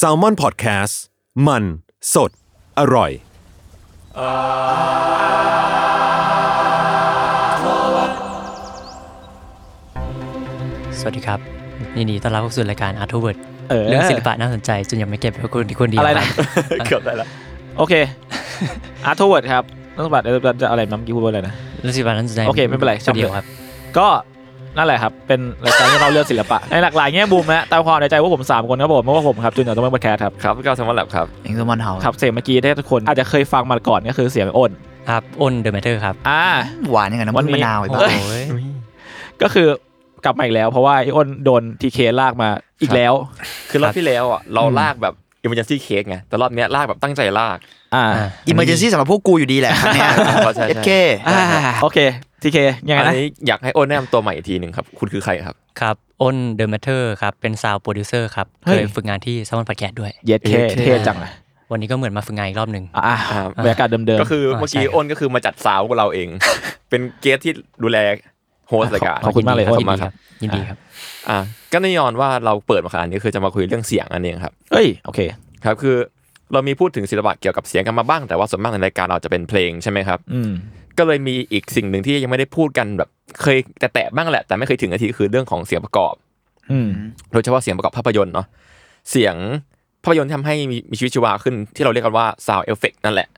s a l m o n PODCAST มันสดอร่อย สวัสดีครับยินดีต้อนรับเข้าสู่รายการ Art w o r d เออ เรื่องศิลปะน่าสนใจ จนยังไม่เก็บไว้คนที่คนเดียว อะไรคนะรับ เกือบได้ละโอเค อาร์ทเวิร์ดครับนักบัตรจะอะไรนะเมื่อกี้พูดว่าอะไรนะ เรื่องศิลปะน่าสนใจ โอเคไม่เป็นไร ค ช่าง เดียวครับ ก็นั่นแหละครับ เป็นรายการที่เราเลือกศิลปะ ในหลากหลายแง่มุมนะตามความในใจพว่าผม 3 คนครับผมไม่ว่าผมครับจุนจากต้องเป็นบัตแคสครับ ครับพี่ก้าวสมวัลแลบครับ เองสมอนเฮา ครับเสียงเมื่อกี้ที่ทุกคนอาจจะเคยฟังมาก่อนก็คือเสียงอ้น ครับอ้นเดอะแมทเทอร์ครับ อ่า หวานยังไงน้ำ วัน มัน นี้ มะนาวไอ้บ้า โอ้ย ก็คือกลับมาอีกแล้ว เพราะว่าไอ้อ้นโดนทีเคลากมาอีกแล้ว คือรอบที่แล้วอ่ะเราลากแบบอิมเมอร์เจนซี่เค้กไงแต่รอบเนี้ยลากแบบตั้งใจลาก อ่า อ่ะ อิมเมอร์เจนซี่สำหรับพวกกูอยู่ดีแหละครั้งเนี้ย ใช่ใช่ เอสเค อ่าโอเคทีเคยังไง อัน นะ นี้อยากให้โอนแนะนำตัวใหม่อีกทีหนึ่งครับ คุณคือใครครับ ครับอ้นเดอะแมทเทอร์ครับเป็นซาวโปรดิวเซอร์ครับ เคยฝึกงานที่ซาวน์พอดแคสต์ด้วย เย็ดเค เย็ดเค เท่จังเลย วันนี้ก็เหมือนมาฝึกงานอีกรอบหนึ่ง อ่า อ่า บรรยากาศเดิมๆ ก็คือเมื่อกี้ ใช่ โอนก็คือมาจัดสาวกับเราเอง เป็นเกสที่ดูแลโฮสต์รายการ ขอบคุณมากเลย ขอบ ยิ คุ น ณมา ดีคกค รับรับ ยินดีครับ อ่าก็แน่นอนว่าเราเปิดมาขนาดนี้คือจะมาคุยเรื่องเสียงอันเองครับ เอ้ยโอเค ครับคือเรามีพูดถึงศิลปะเกี่ยวกับเสียงกันมาบ้างแต่ว่าส่วนมากในรายการเราจะเป็นเพลงใช่ไหมครับ อืม ก็เลยมีอีกสิ่งหนึ่งที่ยังไม่ได้พูดกันแบบเคยแต่แตะๆบ้างแหละแต่ไม่เคยถึงนาทีก็คือเรื่องของเสียงประกอบ อืม โดยเฉพาะเสียงประกอบภาพยนตร์เนาะเสียงภาพยนตร์ที่ทำให้มีมีชีวิตชีวาขึ้น ที่เราเรียกกันว่า sound effect นั่นแหละ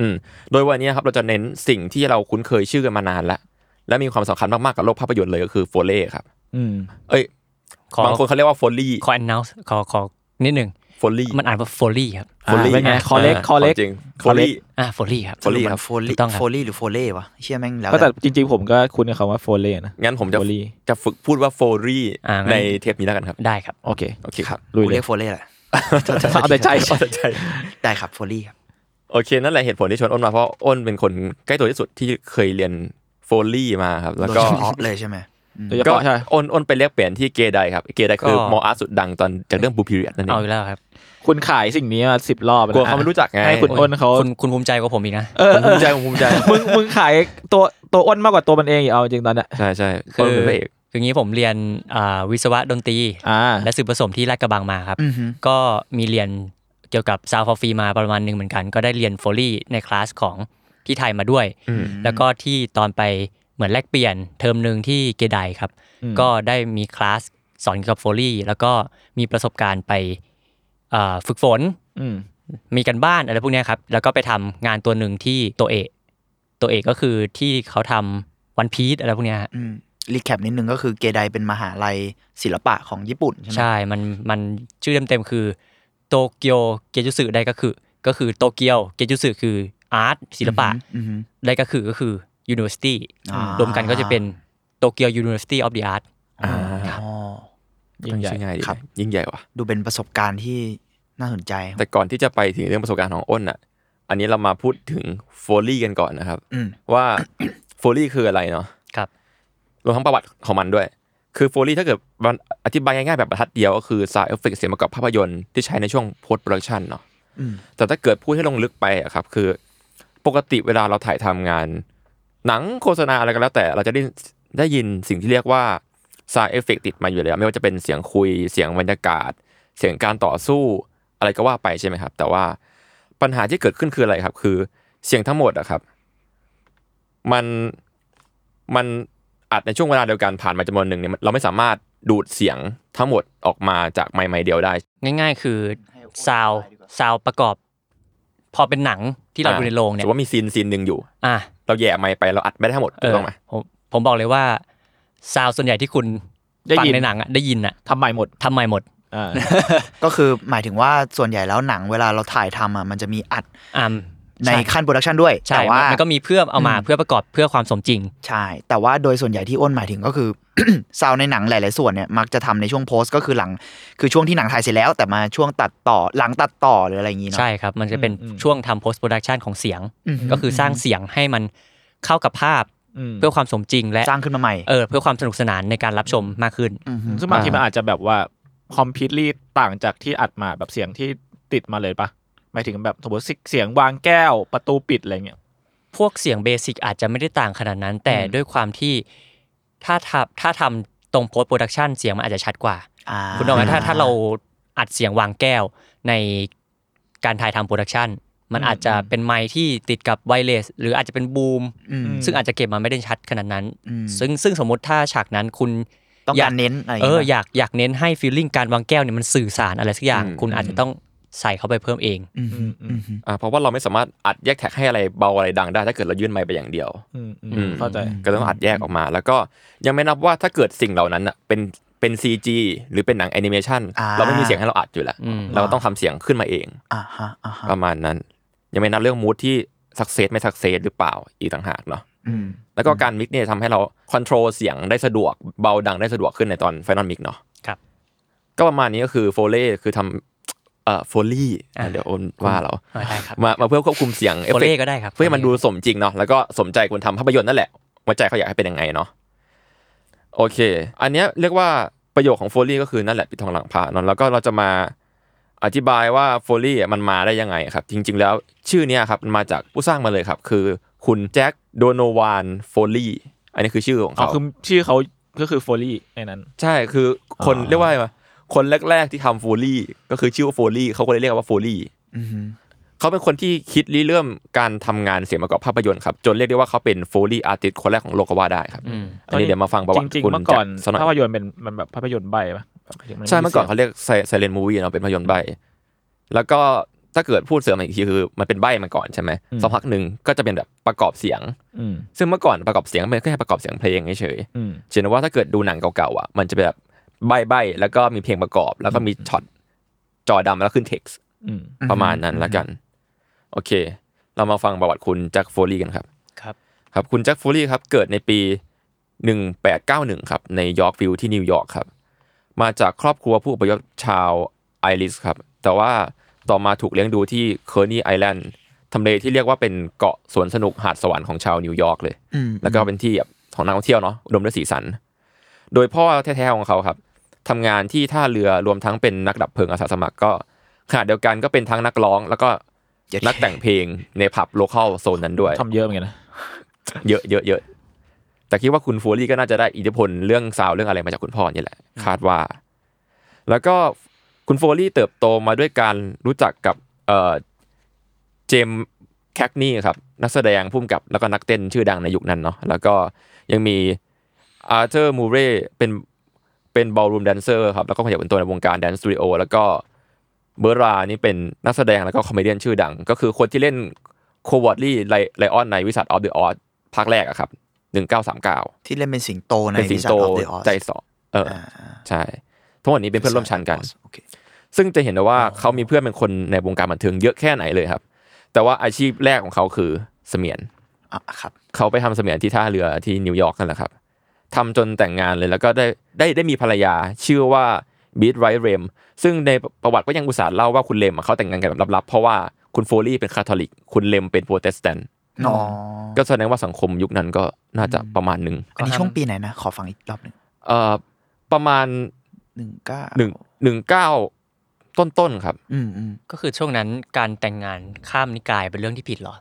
อืมโดยวันนี้นะครับเราจะเน้นสิ่งที่เราคุ้นเคยชื่อกันมานานแล้ว และมีความสำคัญมากๆกับโลกภาพยนตร์เลยก็คือโฟเล่ครับ อืม เอ้ย ขอ บางคนเขาเรียกว่าโฟลี่ ขอ announce ขอขอนิดหนึ่ง โฟลี่ มันอ่านว่าโฟลี่ครับ โฟลี่ อ่าเป็นไง collect collect จริงโฟ collect ลี่ อ่ะโฟลี่ครับ โฟลี่ มันโฟ ถู ลี่ กต้องครับ โฟลี่หรือโฟเล่วะเชื่อแม่งแล้ว ก็แต่ แต่ จริงๆผมก็คุ้นกับคำว่าโฟเล่นะ งั้นผมจะ Foley จะฝึกพูดว่าโฟลี่ อ่างั้น ในเทปนี้แล้วกันครับ ได้ครับ โอเค โอเคครับ ลุย กู เล เรี ย ยกโฟเล่แหละ เอาแต่ใจ เอาแต่ใจ ได้ครับโฟลี่ครับ โอเค นั่นแหละเหตุผลที่ชวนอ้นมาเพราะอ้นเป็นคนใกล้ตัวที่สุดที่เคยเรียนโฟลี่มาครับแล้ว โดย ก็ เฉพาะเลยใช่ไหมอืม โดยเฉ ก็ พาะใช่ไหม อ้นอ้นไปเรียกเปลี่ยนที่เกไดครับเกไดคือมออาร์ตสุดดังตอนจากเรื่องบูพิเรียนั่นเอ เอา ง อีกแล้วครับ คุณขายสิ่งนี้มาสิบรอบแล้ กลัว ว เขาไม่รู้จักไง ให้คุณอ้นเขา คุณคุณภูมิใจกว่าผมอีกนะ เออ ผมภูมิใจผมภูมิใจ มึงมึงขายตัวตัวอ้นมากกว่าตัวมันเองอย่าเอาจริงตอนเนี้ย ใช่ใช่ คื อ้น อ เป็นพระเอก คืองี้ผมเรียนอ่าวิศวะดนตรี อ่า และสื่อผสมที่ลาดกระบังมาครับ อือฮึ ก็มีเรียนเกี่ยวกับซาวฟอฟีมาประมาณหนึ่งเหมือนกัน ก็ได้เรียนโฟลี่ในคลาสของที่ไทยมาด้วย อืม แล้วก็ที่ตอนไปเหมือนแลกเปลี่ยนเทอมหนึ่งที่เกไดครับ อืม ก็ได้มีคลาสสอนเกี่ยวกับโฟลี่แล้วก็มีประสบการณ์ไปเอ่อฝึกฝน อืม มีกันบ้านอะไรพวกเนี้ยครับ แล้วก็ไปทำงานตัวหนึ่งที่ตัวเอก ตัวเอกก็คือที่เขาทำวันพีซอะไรพวกเนี้ยฮะ อืมรีแคปนิดนึงก็คือเกไดเป็นมหาลัยศิลปะของญี่ปุ่นใช่ไหม ใช่ มัน มันชื่อเต็มๆ คือโตเกียวเกจุสึได้ก็คือ ก็คือโตเกียวเกจุสึคืออาร์ตศิลปะ อือฮึ ได้ก็คือก็คือ university อ่าร วมกันก็จะเป็นโตเกียว university of the art อ่า อ๋อ ยิ่งใหญ่ ชื่อง่ายดี ครับ ยิ่งใหญ่ว่ะ ดูเป็นประสบการณ์ที่น่าสนใจ แต่ก่อนที่จะไปถึงเรื่องประสบการณ์ของอ้นอ่ะ อันนี้เรามาพูดถึงโฟลี่กันก่อนนะครับ อืม ว่า โฟลี่คืออะไรเนาะ ครับ รวมทั้งประวัติของมันด้วย คือโฟลี่ถ้าเกิดมันอธิบายง่ายๆแบบบรรทัดเดียวก็คือซาวเอฟเฟกเสียงประกอบภาพยนตร์ที่ใช้ในช่วงโพสต์โปรดักชันเนาะ อืม แต่ถ้าเกิดพูดให้ลงลึกไปอะครับคือปกติเวลาเราถ่ายทำงาน หนังโฆษณาอะไรก็แล้วแต่เราจะได้ได้ยินสิ่งที่เรียกว่าซาเอฟเฟกติดมาอยู่แล้ว ไม่ว่าจะเป็นเสียงคุยเสียงบรรยากาศ เสียงการต่อสู้อะไรก็ว่าไปใช่ไหมครับ แต่ว่าปัญหาที่เกิดขึ้นคืออะไรครับ คือเสียงทั้งหมดอะครับ มันมันอัดในช่วงเวลาเดียวกันผ่านมาจำนวนหนึ่งเนี่ยเราไม่สามารถดูดเสียงทั้งหมดออกมาจากไมค์ไมค์เดียวได้ ง่ายๆ คือซาวซาวประกอบ พอเป็นหนังที่เรา อ่า ดูในโรง สม เนี่ย มติว่ามีซีนซีนหนึ่งอยู่ อ่ะ เราแย่ไมค์ไปเราอัดไม่ได้ทั้งหมด เออถูกต้องไหม ผมผมบอกเลยว่าซาวส่วนใหญ่ที่คุณ ได้ ฟัง ยิน ในหนังอะได้ยินอะ ทำใหม่หมด ทำไมหมด อ่า ก็คือหมายถึงว่าส่วนใหญ่แล้วหนังเวลาเราถ่ายทำอ่ะมันจะมีอัด อ่า ใน ใช่ ขั้นโปรดักชันด้วย ใช่ แต่ว่าม นก็มีเพื่อเอามาเพื่อประกอบเพื่อความสมจริง ใช่ แต่ว่าโดยส่วนใหญ่ที่อ้นหมายถึงก็คือ ซาวในหนังหลาย ๆ ส่วนเนี่ยมักจะทำในช่วงโพสก็คือหลัง คือช่วงที่หนังถ่ายเสร็จแล้ว แต่มาช่วงตัดต่อหลังตัดต่อหรืออะไรอย่างนี้เนาะ ใช่ครับ มันจะเป็น อืมอืม ช่วงทำ post production ของเสียง อืม ก็คือสร้างเสียงให้มันเข้ากับภาพ ม เพื่อความสมจริง และ สร้างขึ้นมาใหม่ เออเพื่อความสนุกสนานในการรับชมมากขึ้น มฮึ ซึ่งบางที อ่ามั มันอาจจะแบบว่าคอมพิวต์ต่างจากที่อัดมาแบบเสียงที่ติดมาเลยปะหมายถึงแบบสมมติเสียงวางแก้วประตูปิดอะไรเงี้ย พวกเสียงเบสิกอาจจะไม่ได้ต่างขนาดนั้น แต่ อืม ด้วยความที่ถ้าทำถ้าทำตรง post production เสียงมันอาจจะชัดกว่า อ่า คุณน้องถ้าถ้าเราอัดเสียงวางแก้วในการถ่ายทำโปรดักชันมันอาจจะเป็นไมค์ที่ติดกับไวเลสหรืออาจจะเป็นบูม อืม ซึ่งอาจจะเก็บมาไม่ได้ชัดขนาดนั้น อืม ซึ่งซึ่งสมมติถ้าฉากนั้นคุณ ต้อง ย การเน้นอะไร เออ อ อย่าง งี้ปะ ยากอยากเน้นให้ฟีลลิ่งการวางแก้วเนี่ยมันสื่อสารอะไรสักอย่าง อืม คุณอาจจะต้องใส่เข้าไปเพิ่มเอง อืมฮึ อื อื ม มฮึ อ่าเพราะว่าเราไม่สามารถอัดแยกแท็กให้อะไรเบาอะไรดังได้ถ้าเกิดเรายื่นไมค์ไปอย่างเดียว อืมอืม อืม เข้าใจ ก็ต้องอัดแยกออกมา แล้วก็ยังไม่นับว่าถ้าเกิดสิ่งเหล่านั้นอ่ะเป็นเป็น CG หรือเป็นหนังแอนิเมชันเราไม่มีเสียงให้เราอัดอยู่แล้ว อืม เราก็ต้องทำเสียงขึ้นมาเอง อ่าฮะอ่าฮะ ประมาณนั้น ยังไม่นับเรื่องมูดที่สักเซสไม่สักเซสหรือเปล่าอีกต่างหากเนาะ อืม แล้วก็การมิกเนี่ยทำให้เราควบคุมเสียงได้สะดวกเบาดังได้สะดวกขึ้นในตอนไฟนอลมิกเนาะ ครับ ก็ประมาณนี้ก็คือโฟเล่คือทำเอ่อโฟลี่ะเดี๋ยวโอนว่าเรา อ่าได้ครับ มามาเพื่อควบคุมเสียงเอฟ โอ เฟก เล่ ต์ ก็ได้ครับ เพื่อให้มันดูสมจริงเนาะแล้วก็สมใจคนทำภาพยนตร์นั่นแหละว่าใจเขาอยากให้เป็นยังไงเนาะโอเค อันเนี้ยเรียกว่าประโยคของโฟลี่ก็คือนั่นแหละปิดทองหลังพระเนาะแล้วก็เราจะมาอธิบายว่าโฟลี่มันมาได้ยังไงครับ จริง ๆ แล้วชื่อเนี้ยครับมันมาจากผู้สร้างมาเลยครับ คือคุณแจ็คโดโนวานโฟลี่อันนี้คือชื่อของ อ๋อ เขา คือชื่อเขาก็คือโฟลี่ในนั้น ใช่คือคน อ่า เรียกว่าไงวะคนแรก ๆที่ทำโฟลี่ก็คือชื่อว่าโฟลี่เขาก็เลยเรียกว่าโฟลี่ อืมฮึ เขาเป็นคนที่คิดริเริ่มการทำงานเสียงประกอบภาพยนตร์ครับ จนเรียกได้ว่าเขาเป็นโฟลี่อาร์ติสคนแรกของโลกก็ว่าได้ครับ อืม อันนี้เดี๋ยวมาฟังประ จ วัติ ริง คุ ๆ ณ เมื่อก่อน สักหน่ ภาพ อย ยนตร์เป็นมันแบบภาพยนตร์ใบปะแบบหายถึงนไ ใช่เมื่อก่อนเขาเรียกไซเลนมูวี่เนาะเป็นภาพยนตร์ใบ แล้วก็ถ้าเกิดพูดเสริมอีกทีคือมันเป็นใบมาก่อนใช่ไหม อืม สักพักหนึ่งก็จะเป็นแบบประกอบเสียง อืม ซึ่งเมื่อก่อนประกอบเสียงมันก็แค่ประกอบเสียงเพลงเฉย อืม ๆเช่นว่าถ้าเกิดดูหนังเก่าๆอ่ะมันจะเป็นแบบใบใบๆแล้วก็มีเพลงประกอบ แล้วก็มีช็อตจอดำแล้วขึ้น text อืม ประมาณนั้นละกัน โอเค เรามาฟังประวัติคุณแจ็คโฟลีกันครับ ครับ ครับคุณแจ็คโฟลีครับ เกิดในปี 1891 ครับ ในยอร์กวิลล์ที่นิวยอร์กครับ มาจากครอบครัวผู้อพยพชาวไอริสครับ แต่ว่าต่อมาถูกเลี้ยงดูที่เคอร์นีไอแลนด์ทำเลที่เรียกว่าเป็นเกาะสวนสนุกหาดสวรรค์ของชาวนิวยอร์กเลย อืม แล้วก็เป็นที่แบบของนักท่องเที่ยวเนาะอุดมด้วยสีสัน โดยพ่อแท้ๆของเขาครับทำงานที่ท่าเรือรวมทั้งเป็นนักดับเพลิงอาสาสมัครก็ขณะเดียวกันก็เป็นทั้งนักร้อง แล้วก็นักแต่งเพลงในผับโลเคอลโซนนั้นด้วย ทำเยอะเหมือนกันนะ เยอะเยอะเยอะแต่คิดว่าคุณฟัวรี่ก็น่าจะได้อิทธิพลเรื่องซาวด์เรื่องอะไรมาจากคุณพ่อนี่แหละ คาดว่า แล้วก็คุณฟัวรี่เติบโตมาด้วยการรู้จักกับเอ่อเจมส์แคคนี่ครับ นักแสดงผู้กำกับแล้วก็นักเต้นชื่อดังในยุคนั้นเนาะแล้วก็ยังมีอาร์เธอร์มูเร่เป็นเป็นบอลรูมแดนเซอร์ครับ แล้วก็ขยับเป็นตัวในวงการแดนสตูดิโอแล้วก็เบอร์รานี่เป็นนักแสดงแล้วก็คอมเมเดี้ชื่อดัง ก็คือคนที่เล่นโควอร์ลี่ไลออนในวิสัทออฟเดอะออสภาคแรกอะครับหนึ่งเก้าสามเก้า ที่เล่นเป็นสิงโตใน เป็นสิงโตใจ ใจ สองเอออใช่ทั้งหมดนี้เป็นเพื่อนร่วมชั้นกัน โอเค ซึ่งจะเห็นได้ว่าเขามีเพื่อนเป็นคนในวงการบันเทิงเยอะแค่ไหนเลยครับ แต่ว่าอาชีพแรกของเขาคือเสมียน อ่ะครับ เขาไปทำเสมียนที่ท่าเรือที่นิวยอร์กนั่นแหละครับทำจนแต่งงานเลยแล้วก็ได้ได้ได้มีภรรยาชื่อว่าบีทไรเรมซึ่งในประวัติก็ยังอุตส่าห์เล่าว่าคุณเลมอะเขาแต่งงานกันแบบลับๆ เพราะว่าคุณโฟลี่เป็นคาทอลิก คุณเลมเป็นโปรเตสแตนต์ อ๋อ ก็แสดงว่าสังคมยุคนั้นก็น่าจะประมาณหนึ่ง อันนี้ช่วงปีไหนนะ ขอฟังอีกรอบหนึ่ง เอ่อประมาณ หนึ่งเก้า หนึ่งหนึ่งเก้าต้นๆครับ อืมอืม ก็คือช่วงนั้นการแต่งงานข้ามนิกายเป็นเรื่องที่ผิดเหรอ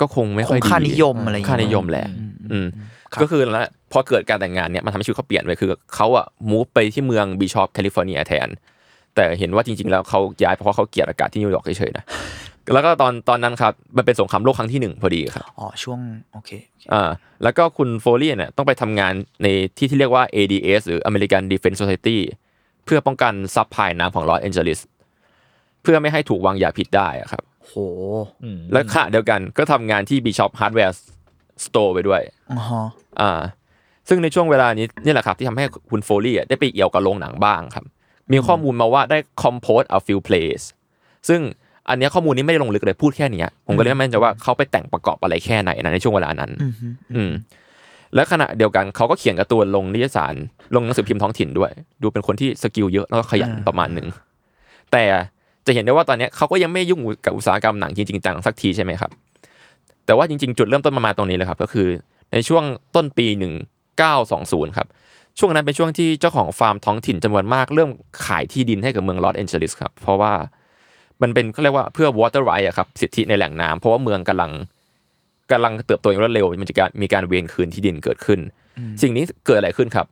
ก็คงไม่ ค ค่อย ง ดี ค่านิยมอะไรอย่าง ค่า เงี้นิยยมแหละ อืม อื อื ม ม ครับ ก็คือแล้วพอเกิดการแต่งงานเนี่ยมันทำให้ชีวิตเขาเปลี่ยนไปคือเขาอะมูฟไปที่เมืองบีชอปแคลิฟอร์เนียแทน แต่เห็นว่าจริง ๆ แล้วเขาย้ายเพราะเขาเกลียดอากาศที่นิวยอร์กเฉย ๆนะ แล้วก็ตอนตอนนั้นครับมันเป็นสงครามโลกครั้งที่หนึ่งพอดีครับ อ๋อช่วงโอเคโอเค อ่าแล้วก็คุณโฟลี่เนี่ยต้องไปทำงานในที่ที่เรียกว่า ADS หรือ American Defense Society เพื่อป้องกันซับไพลายน้ำของลอสแอนเจลิสเพื่อไม่ให้ถูกวางยาพิษได้อะครับ โห อืม และขณะเดียวกันก็ทำงานที่ Bishop Hardware Store ไปด้วย อ๋อฮะ อ่าซึ่งในช่วงเวลานี้นี่แหละครับที่ทำให้คุณโฟลี่อ่ะได้ไปเอี่ยวกับโรงหนังบ้างครับ มีข้อมูลมาว่าได้ compose a few plays ซึ่ง อันเนี้ยข้อมูลนี้ไม่ได้ลงลึกเลยพูดแค่เนี้ยผมก็เลยไม่แน่ใจว่าเขาไปแต่งประกอบอะไรแค่ไหนนะในช่วงเวลานั้น อืมฮึ อืมและขณะเดียวกันเขาก็เขียนการ์ตูนลงนิตยสารลงหนังสือพิมพ์ท้องถิ่นด้วย ดูเป็นคนที่สกิลเยอะแล้วก็ขยันประมาณหนึ่งแต่จะเห็นได้ว่าตอนเนี้ยเขาก็ยังไม่ยุ่งกับอุตสาหกรรมหนังจริงๆจังสักทีใช่ไหมครับ แต่ว่าจริงๆ จุดเริ่มต้นมามาตรงนี้เลยครับ ก็คือในช่วงต้นปี 1920 ครับ ช่วงนั้นเป็นช่วงที่เจ้าของฟาร์มท้องถิ่นจำนวนมากเริ่มขายที่ดินให้กับเมืองลอสแอนเจลิสครับเพราะว่ามันเป็นเขาเรียกว่าเพื่อ water right อะครับสิทธิในแหล่งน้ำเพราะว่าเมืองกำลัง กำลังเติบโตอย่างรวดเร็ว มันจะการมีการเวียนคืนที่ดินเกิดขึ้น สิ่งนี้เกิดอะไรขึ้นครับ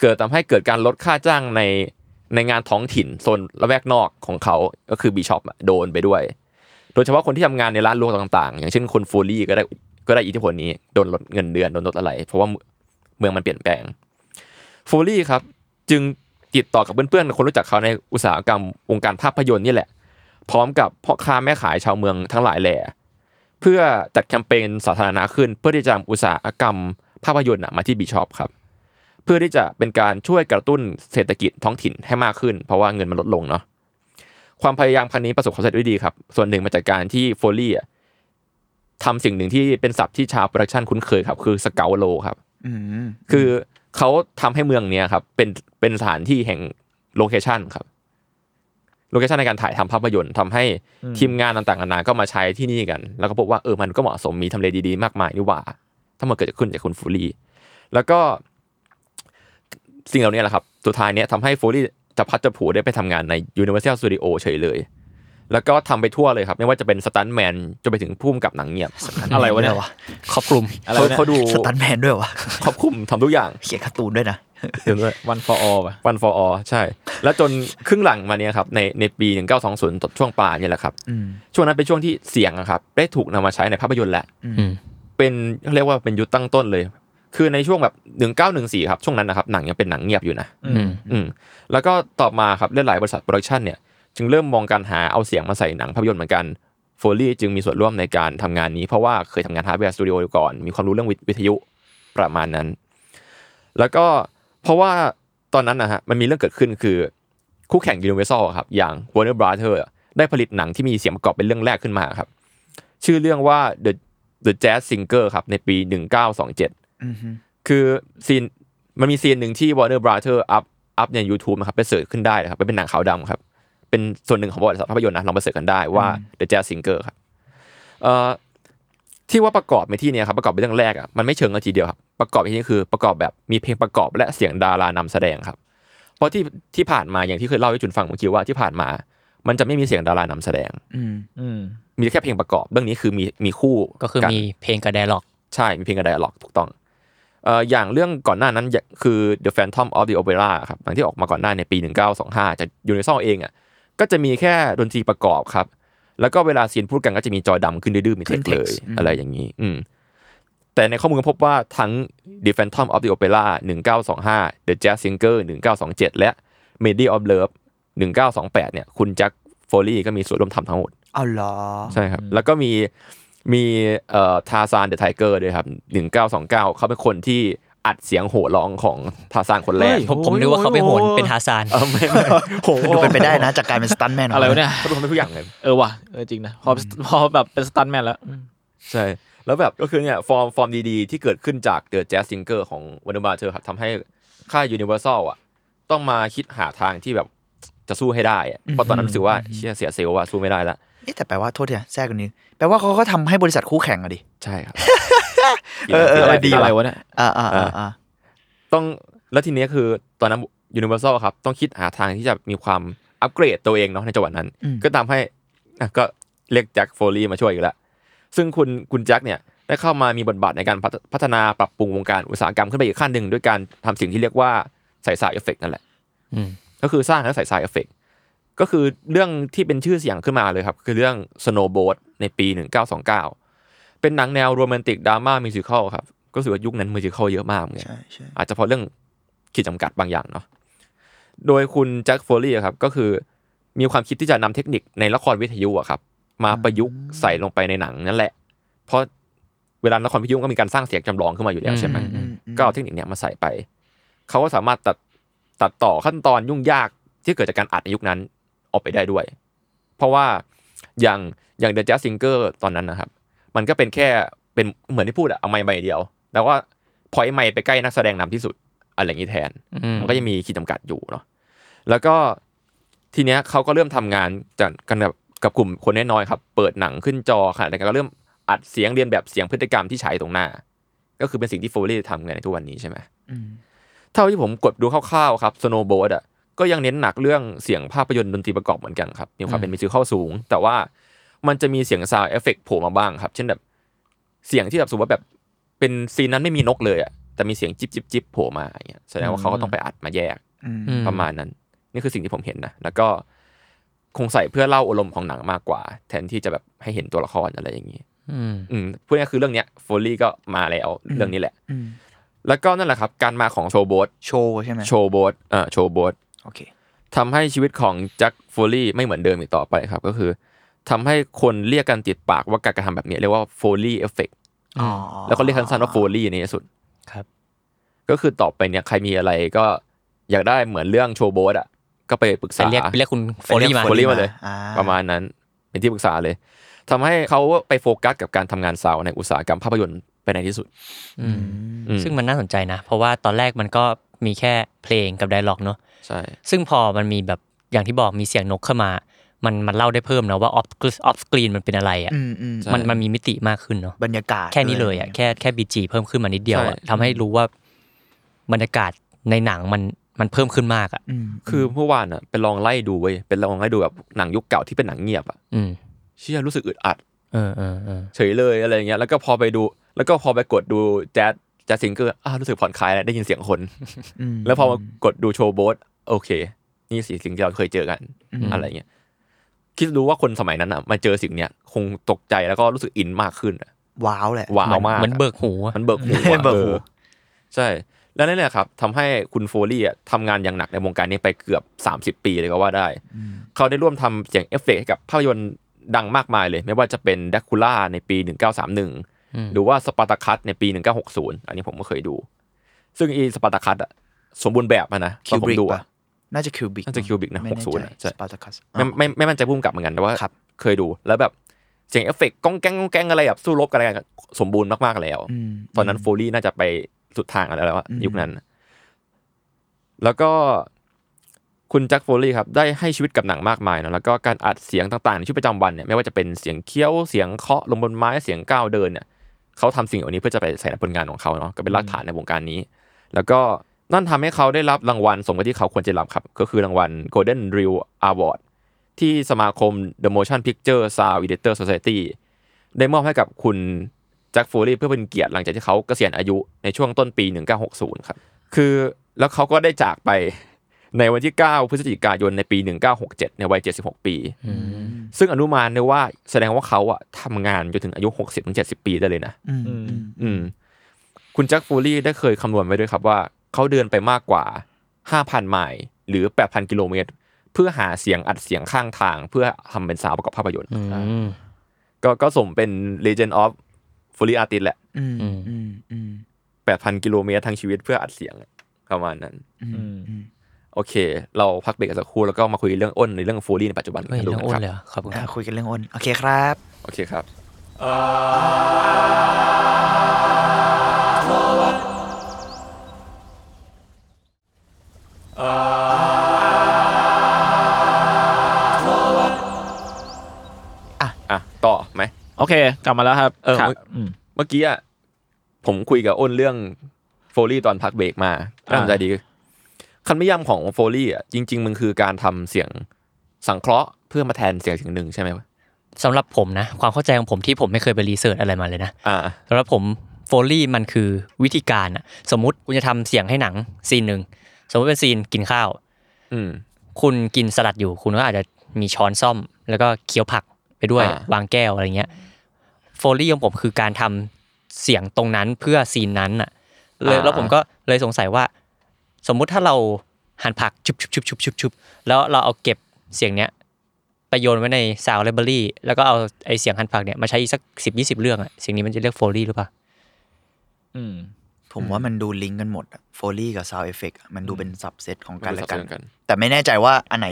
เกิดทำให้เกิดการลดค่าจ้างในในงานท้องถิ่นโซนละแวกนอกของเขาก็คือบีชอปโดนไปด้วย โดยเฉพาะคนที่ทำงานในร้านรวงต่างๆ อย่างเช่นคนฟูลี่ก็ได้ก็ได้อิทธิพลนี้โดนลดเงินเดือนโดนลดอะไร เพราะว่าเมืองมันเปลี่ยนแปลงฟูลี่ครับจึงติดต่อกับเพื่อนๆคนรู้จักเขาในอุตสาหกรรมวงการภาพยนตร์นี่แหละ พร้อมกับพ่อค้าแม่ขายชาวเมืองทั้งหลายแหล่ เพื่อจัดแคมเปญสาธารณะขึ้น เพื่อที่จะนำอุตสาหกรรมภาพยนตร์น่ะมาที่บีชอปครับ เพื่อที่จะเป็นการช่วยกระตุ้นเศรษฐกิจท้องถิ่นให้มากขึ้น เพราะว่าเงินมันลดลงเนาะความพยายามครั้งนี้ประสบความสำเร็จด้วยดีครับ ส่วนหนึ่งมาจากการที่โฟลี่อะทำสิ่งหนึ่งที่เป็นศัพท์ที่ชาวโปรดักชันคุ้นเคยครับ คือสเกลโลครับ อืม คือเขาทำให้เมืองเนี้ยครับเป็นเป็นสถานที่แห่งโลเคชันครับโลเคชันในการถ่ายทำภาพยนตร์ทำให้ทีมงานต่างๆนานาก็มาใช้ที่นี่กัน แล้วก็พบว่าเออมันก็เหมาะสมมีทำเลดีๆ มากมายนี่หว่า ถ้ามันเกิดขึ้นจากคุณฟูรี่แล้วก็สิ่งเหล่านี้แหละครับ สุดท้ายเนี้ยทำให้ฟูรี่จะพัดจะผูได้ไปทำงานใน Universal Studio เฉยเลย แล้วก็ทำไปทั่วเลยครับ ไม่ว่าจะเป็นสตันแมนจนไปถึงผู้กำกับหนังเงียบ อะไรวะเนี่ย ครอบคลุม อะไร เขา เนี่ย เขาดู สตันแมนด้วยวะ ครอบคลุมทำทุกอย่าง เขียนการ์ตูนด้วยนะ วันฟอร์ออล วันฟอร์อใช่ แล้วจนครึ่งหลังมาเนี่ยครับในในปี 1920ตดช่วงปลายเนี่ยแหละครับ อืม ช่วงนั้นเป็นช่วงที่เสียงอะครับ ได้ถูกนำมาใช้ในภาพยนตร์แหละ อืม เป็นเรียกว่าเป็นยุคตั้งต้นเลย คือในช่วงแบบ1914ครับช่วงนั้นนะครับหนังยังเป็นหนังเงียบอยู่นะ อืม อืมแล้วก็ต่อมาครับหลายๆบริษัทโปรดักชันเนี่ยจึงเริ่มมองการหาเอาเสียงมาใส่หนังภาพยนตร์เหมือนกันโฟลี่จึงมีส่วนร่วมในการทำงานนี้ เพราะว่าเคยทำงานฮาร์ดแวร์สตูดิโอก่อน มีความรู้เรื่องวิทวิทยุประมาณนั้น แล้วก็เพราะว่าตอนนั้นนะฮะมันมีเรื่องเกิดขึ้นคือ คู่แข่งยูนิเวอร์แซลครับอย่าง Warner Brother ได้ผลิตหนังที่มีเสียงประกอบเป็นเรื่องแรกขึ้นมาครับ ชื่อเรื่องว่า The The Jazz Singer ครับในปี 1927 อืมฮึ คือซีนมันมีซีนหนึ่งที่ Warner Brother อัพอัพใน YouTube นะครับไปเสิร์ชขึ้นได้นะครับเป็นหนังขาวดำครับ เป็นส่วนหนึ่งของบริษัทภาพยนตร์นะลองไปเสิร์ชกันได้ว่า The Jazz Singer ครับเอ่อที่ว่าประกอบในที่เนี้ยครับประกอบเป็นเรื่องแรกอ่ะมันไม่เชิงกันทีเดียวครับประกอบในที่นี้คือประกอบแบบมีเพลงประกอบและเสียงดารานำแสดงครับ เพราะที่ที่ผ่านมาอย่างที่เคยเล่าให้จุนฟังเมื่อกี้ว่าที่ผ่านมา มันจะไม่มีเสียงดารานำแสดง อืม อืม มีแค่เพลงประกอบเรื่องนี้คือมีมีคู่ ก็คือน มีเพลงกระแดล็อก ใช่ มีเพลงกับไดอะล็อกถูกต้องเอ่ออย่างเรื่องก่อนหน้านั้นอย่าคือ The Phantom of the Opera ครับหนังที่ออกมาก่อนหน้าในปี 1925 จากยูนิซอลเองอ่ะก็จะมีแค่ดนตรีประกอบครับ แล้วก็เวลาซีนพูดกันก็จะมีจอดำขึ้นดื้อๆมีเทคเลยอะไรอย่างนี้อืมแต่ในข้อมูลก็พบว่าทั้ง The Phantom of the Opera 1925 The Jazz Singer 1927 และ Melody of Love 1928 เนี่ย คุณแจ็คโฟลีก็มีส่วนร่วมทำทั้งหมด เอาเหรอ ใช่ครับ แล้วก็มีมีเอ่อทาซานเดอะไทเกอร์ด้วยครับหนึ่งเก้าสองเก้าเขาเป็นคนที่อัดเสียงโห่ร้องของทาซานคนแรก ผมผมนึกว่าเขาไปโหนเป็นฮาซาน เออไม่ไม่ โห ดูเป็นไปได้นะจากการเป็นสตันแมนขง อะไรวะเนี่ย เขาเป็นคนเป็นผู้อย่างเลย เออว่ะเออจริงนะพอพอแบบเป็นสตันแมนแล้วอืม ใช่ แล้วแบบก็คือเนี่ยฟอร์มฟอร์มดีๆ ที่เกิดขึ้นจากเดอะแจ๊สซิงเกอร์ของวันเดอร์บาเธอครับทำให้ค่ายยูนิเวอร์แซลอ่ะต้องมาคิดหาทางที่แบบจะสู้ให้ได้อะเพราะตอนนั้นรู้สึกว่าเชี่ยเสียเซลล์ว่าสู้ไม่ได้ละ เอ๊ะแต่แปลว่าโทษทีนะแทรกกันนิดแปลว่าเขาก็ทำให้บริษัทคู่แข่งอะดิ ใช่ครับ เออเออเออดี อะไร วะ วะเนี่ย อ่าอ่าอ่าอ่า ต้องแล้วทีเนี้ยคือตอนนั้น Universal ครับ ต้องคิดหาทางที่จะมีความอัปเกรดตัวเองเนาะในจังหวะนั้น ก็ตามให้อ่ะก็เรียกแจ็คโฟลีมาช่วยอยู่แล้ว ซึ่งคุณคุณแจ็คเนี่ยได้เข้ามามีบทบาทในการพัฒพัฒนาปรับปรุงวงการอุตสาหกรรมขึ้นไปอีกขั้นหนึ่งด้วยการทำสิ่งที่เรียกว่าสายสายเอฟเฟกนั่นแหละ อืม ก็คือสร้างและสายสายเอฟเฟกก็คือเรื่องที่เป็นชื่อเสียงขึ้นมาเลยครับ คือเรื่อง Snowboard ในปี 1929 เป็นหนังแนวโรแมนติกดราม่ามิวสิคลครับก็รู้สึกว่ายุคนั้นมิวสิคลเยอะมากเหมือนกัน ใช่ใช่ อาจจะเพราะเรื่องขีดจำกัดบางอย่างเนาะ โดยคุณแจ็คโฟลีครับก็คือมีความคิดที่จะนำเทคนิคในละครวิทยุอะครับ มาประยุกต์ใส่ลงไปในหนังนั่นแหละ เพราะเวลาละครวิทยุก็มีการสร้างเสียงจำลองขึ้นมาอยู่แล้วใช่ไหม อืมอืม ก็เอาเทคนิคเนี้ยมาใส่ไป เขาก็สามารถตัดตัดต่อขั้นตอนยุ่งยากที่เกิดจากการอัดในยุคนั้นออกไปได้ด้วย เพราะว่า อย่างอย่าง The Jazz Singer ตอนนั้นนะครับ มันก็เป็นแค่เป็นเหมือนที่พูดอะเอาไม้ใบเดียว แล้วก็พอยไม้ไปใกล้นักแสดงนำที่สุดอะไรอย่างนี้แทน อืม มันก็ยังมีขีดจำกัดอยู่เนาะ แล้วก็ทีเนี้ยเขาก็เริ่มทำงานจากกันกับกับกลุ่มคนน้อยๆครับ เปิดหนังขึ้นจอค่ะแต่ก็เริ่มอัดเสียงเรียนแบบเสียงพฤติกรรมที่ใช้ตรงหน้า ก็คือเป็นสิ่งที่โฟลี่ทำกันในทุกวันนี้ใช่ไหม อืม เท่าที่ผมกดดูคร่าวๆครับสโนว์บอ a ดอ่ะก็ยังเน้นหนักเรื่องเสียงภาพยนตร์ดนตรีประกอบเหมือนกันครับ มีความเป็นมิวสิควลสูง แต่ว่ามันจะมีเสียงซาวเอฟเฟกโผล่มาบ้างครับ เช่นแบบเสียงที่แบบสมมติว่าแบบเป็นซีนนั้นไม่มีนกเลยอ่ะแต่มีเสียงจิบจิบจิบโผล่มาอย่างเงี้ยแสดงว่าเขาก็ต้องไปอัดมาแยก อืม อื ประมาณนั้น นี่คือสิ่งที่ผมเห็นนะแล้วก็คงใส่เพื่อเล่าอารมณ์ของหนังมากกว่า แทนที่จะแบบให้เห็นตัวละครอะไรอย่างงี้ อืม อืมพูดง่ายๆคือเรื่องเนี้ยโฟลี่ก็มาแล้วเรื่องนี้แหละ อืม แล้วก็นั่นแหละครับการมาของโชว์โบท โชว์ใช่ไหม โชว์โบทเอ่อโชว์โบท โอเค ทำให้ชีวิตของแจ็คโฟลี่ไม่เหมือนเดิมอีกต่อไปครับ ก็คือทำให้คนเรียกกันติดปากว่าการกระทำแบบนี้เรียกว่าโฟลี่เอฟเฟก อ๋อ แล้วก็เรียกสั้นๆว่าโฟลี่ในที่สุด ครับ ก็คือต่อไปเนี่ยใครมีอะไรก็อยากได้เหมือนเรื่องโชว์โบทอ่ะก็ไปปรึก ไป ษา เรียกไปเรียกคุณโฟลี่มา โฟลี่มาเลย อ่า ประมาณนั้นเป็นที่ปรึกษาเลยทำให้เขาไปโฟกัสกับการทำงานสาวในอุตสาหกรรมภาพยนตร์ไปในที่สุด อืม อืม ซึ่งมันน่าสนใจนะ เพราะว่าตอนแรกมันก็มีแค่เพลงกับไดร็อกเนอะ ใช่ ซึ่งพอมันมีแบบอย่างที่บอกมีเสียงนกเข้ามา มันมันเล่าได้เพิ่มนะว่าออฟออฟสกรีนมันเป็นอะไรอ่ะ อืมอืม ใช่ มันมันมีมิติมากขึ้นเนาะ บรรยากาศ แค่นี้เลยอ่ะแค่แค่บีจีเพิ่มขึ้นมานิดเดียวอะ ใช่ ทำให้รู้ว่าบรรยากาศในหนังมันมันเพิ่มขึ้นมากอ่ะ อืม คือเมื่อวานอ่ะไปลองไล่ดูเว้ยเป็นลองไล่ดูแบบหนังยุคเก่าที่เป็นหนังเงียบอ่ะ อืม เชี่ยรู้สึกอึดอัด เออเออเออ เฉยเลยอะไรอย่างเงี้ยแล้วก็พอไปดู แล้วก็พอไปกดดูแจ๊สแจ๊สซิงเกอร์อ้าวรู้สึกผ่อนคลายแล้วได้ยินเสียงคน ม แล้วพอมากดดูโชว์โบทโอเค นี่สิสิ่งที่เราเคยเจอกันอะไรเงี้ยคิดดูว่าคนสมัยนั้นอ่ะมาเจอสิ่งเนี้ยคงตกใจแล้วก็รู้สึกอินมากขึ้นอะ ว้าวแหละ ว้าวมาก เหมือนเบิกหูอะ มันเบิกหู อะ เบิกหู ออใช่แล้วนั่นแหละครับทำให้คุณโฟลี่อะทำงานอย่างหนักในวงการนี้ไปเกือบ 30 ปีเลยก็ว่าได้ อืม เขาได้ร่วมทำเสียงเอฟเฟกต์ให้กับภาพยนตร์ดังมากมายเลย ไม่ว่าจะเป็นดักคูล่าในปี 1931 อืม หรือว่าสปาร์ตาคัสในปี 1960 อันนี้ผมก็เคยดู ซึ่งอีสปาร์ตาคัสอะสมบูรณ์แบบมานะตอนผมดูอะ ปะน่าจะคิวบิก น่าจะ Cubic นะ60นะใช่ สปาร์ตาคัส ไม่ไม่ไม่มั่นใจพุ่มกลับเหมือนกันแต่ว่า ครับ เคยดูแล้วแบบเสียงเอฟเฟกต์ก้องแก้งก้องแก้งอะไรแบบสู้รบกันอะไรกันสมบูรณ์มากๆแล้ว ม ตอนนั้นโฟลี่น่าจะไปสุดทางอะไรแล้วอะ อืม ยุคนั้น แล้วก็คุณแจ็คโฟลี่ครับ ได้ให้ชีวิตกับหนังมากมายเนอะแล้วก็การอัดเสียงต่างๆในชีวิตประจำวันเนี่ยไม่ว่าจะเป็นเสียงเคี้ยวเสียงเคาะลงบนไม้เสียงก้าวเดินเนี่ยเขาทำสิ่งเหล่านี้เพื่อจะไปใส่ในผลงานของเขาเนาะก็เป็นรากฐานในวงการนี้ แล้วก็นั่นทำให้เขาได้รับรางวัลสมกับที่เขาควรจะรับครับ ก็คือรางวัล Golden r e e l Award ที่สมาคม The Motion Picture Sound Editor Society ได้มอบให้กับคุณแจ็คโฟลีเพื่อเป็นเกียรติหลังจากที่เขาเกษียณอายุในช่วงต้นปี 1960 ครับ คือแล้วเขาก็ได้จากไป ในวันที่ 9 พฤศจิกายนในปี 1967 ในวัย 76 ปี อืม ซึ่งอนุมานได้ว่าแสดงว่าเขาอะทำงานจนถึงอายุ 60-70 ปีได้เลยนะ อืมอืม อืมคุณแจ็คฟูลี่ได้เคยคำนวณไว้ด้วยครับว่า เขาเดินไปมากกว่า 5,000 ไมล์หรือ 8,000 กิโลเมตร เพื่อหาเสียงอัดเสียงข้างทาง เพื่อทำเป็นสาวประกอบภาพยนตร์ อืม ก็ก็สมเป็น Legend of f o l y Artist แหละ อืม อืม อืมอืม 8,000 กิโลเมตรทั้งชีวิตเพื่ออัดเสียงประมาณนั้น อืมอืม โอเค เราพักเบรกกันสักครู่แล้วก็มาคุยเรื่องอ้นในเรื่องโฟลี่ในปัจจุบัน เฮ้ย กันดู เรื่อง นะ อ้ คน รับ เลยเหรอขอบคุณค อ่ะ รับ คุยกันเรื่องอ้น โอเคครับ โอเคครับ อ่ะ อ่ะ ต่อไหม โอเค กลับมาแล้วครับ เออ ครับอืม เมื่อกี้อ่ะผมคุยกับอ้นเรื่องโฟลี่ตอนพักเบรกมาน่าสนใจดีคันนิยามของโฟลี่อ่ะจริง ๆ มันคือการทำเสียงสังเคราะห์เพื่อมาแทนเสียงเสียงหนึ่งใช่ไหมวะ สำหรับผมนะ ความเข้าใจของผมที่ผมไม่เคยไปรีเสิร์ชอะไรมาเลยนะ อ่า สำหรับผมโฟลี่มันคือวิธีการอะสมมติคุณจะทำเสียงให้หนังซีนหนึ่งสมมติเป็นซีนกินข้าว อืม คุณกินสลัดอยู่ คุณก็อาจจะมีช้อนซ่อม แล้วก็เคี้ยวผักไปด้วย อ่า วางแก้วอะไรเงี้ยโฟลี่ของผมคือการทำเสียงตรงนั้นเพื่อซีนนั้นอะเลยแล้วผมก็เลยสงสัยว่า สมมุติถ้าเราหั่นผักชุบชุบชุบชุบชุบชุบแล้วเราเอาเก็บเสียงเนี้ยไปโยนไว้ในซาวด์ไลบรารีแล้วก็เอาไอเสียงหั่นผักเนี่ยมาใช้อีกสักสิบยี่สิบเรื่องอะเสียงนี้มันจะเรียกโฟลี่หรือเปล่า ผมว่ามันดูลิงก์กันหมดโฟลี่กับซาวเอฟเฟกมันดูเป็นสับเซตของกันและกัน ดูสับเซตกัน แต่ไม่แน่ใจว่าอันไหน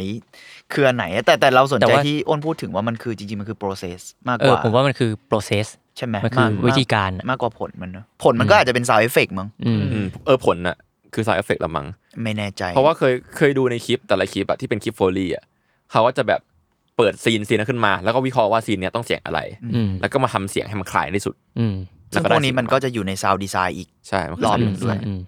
คืออันไหน แต่แต่เราสน แต่ ใจ ว่า ที่อ้นพูดถึงว่ามันคือจริงๆ มันคือ process มาก เอก อ ว่า ผมว่ามันคือ process ใช่ไหม มันคือา วิธีการอะ มากกว่าผลมันเนอะผลมันก็อาจจะเป็นซาวเอฟเฟกมั้ง อืม อืมเออผลน่ะคือสายเอฟเฟกต์ละมั้ง ไม่แน่ใจ เพราะว่าเคยเคยดูในคลิปแต่ละคลิปอะที่เป็นคลิปโฟลี่อะเขาก็จะแบบเปิดซีนซีนนั้นขึ้นมา แล้วก็วิเคราะห์ว่าซีนเนี้ยต้องเสียงอะไร อืม แล้วก็มาทำเสียงให้มันคล้ายที่สุด อืม ซึ่งพวกนี้มันก็จะอยู่ในซาวดีไซน์อีก ใช่มันคื ร อ อ อบ หนึ่ ม งด้วย อืม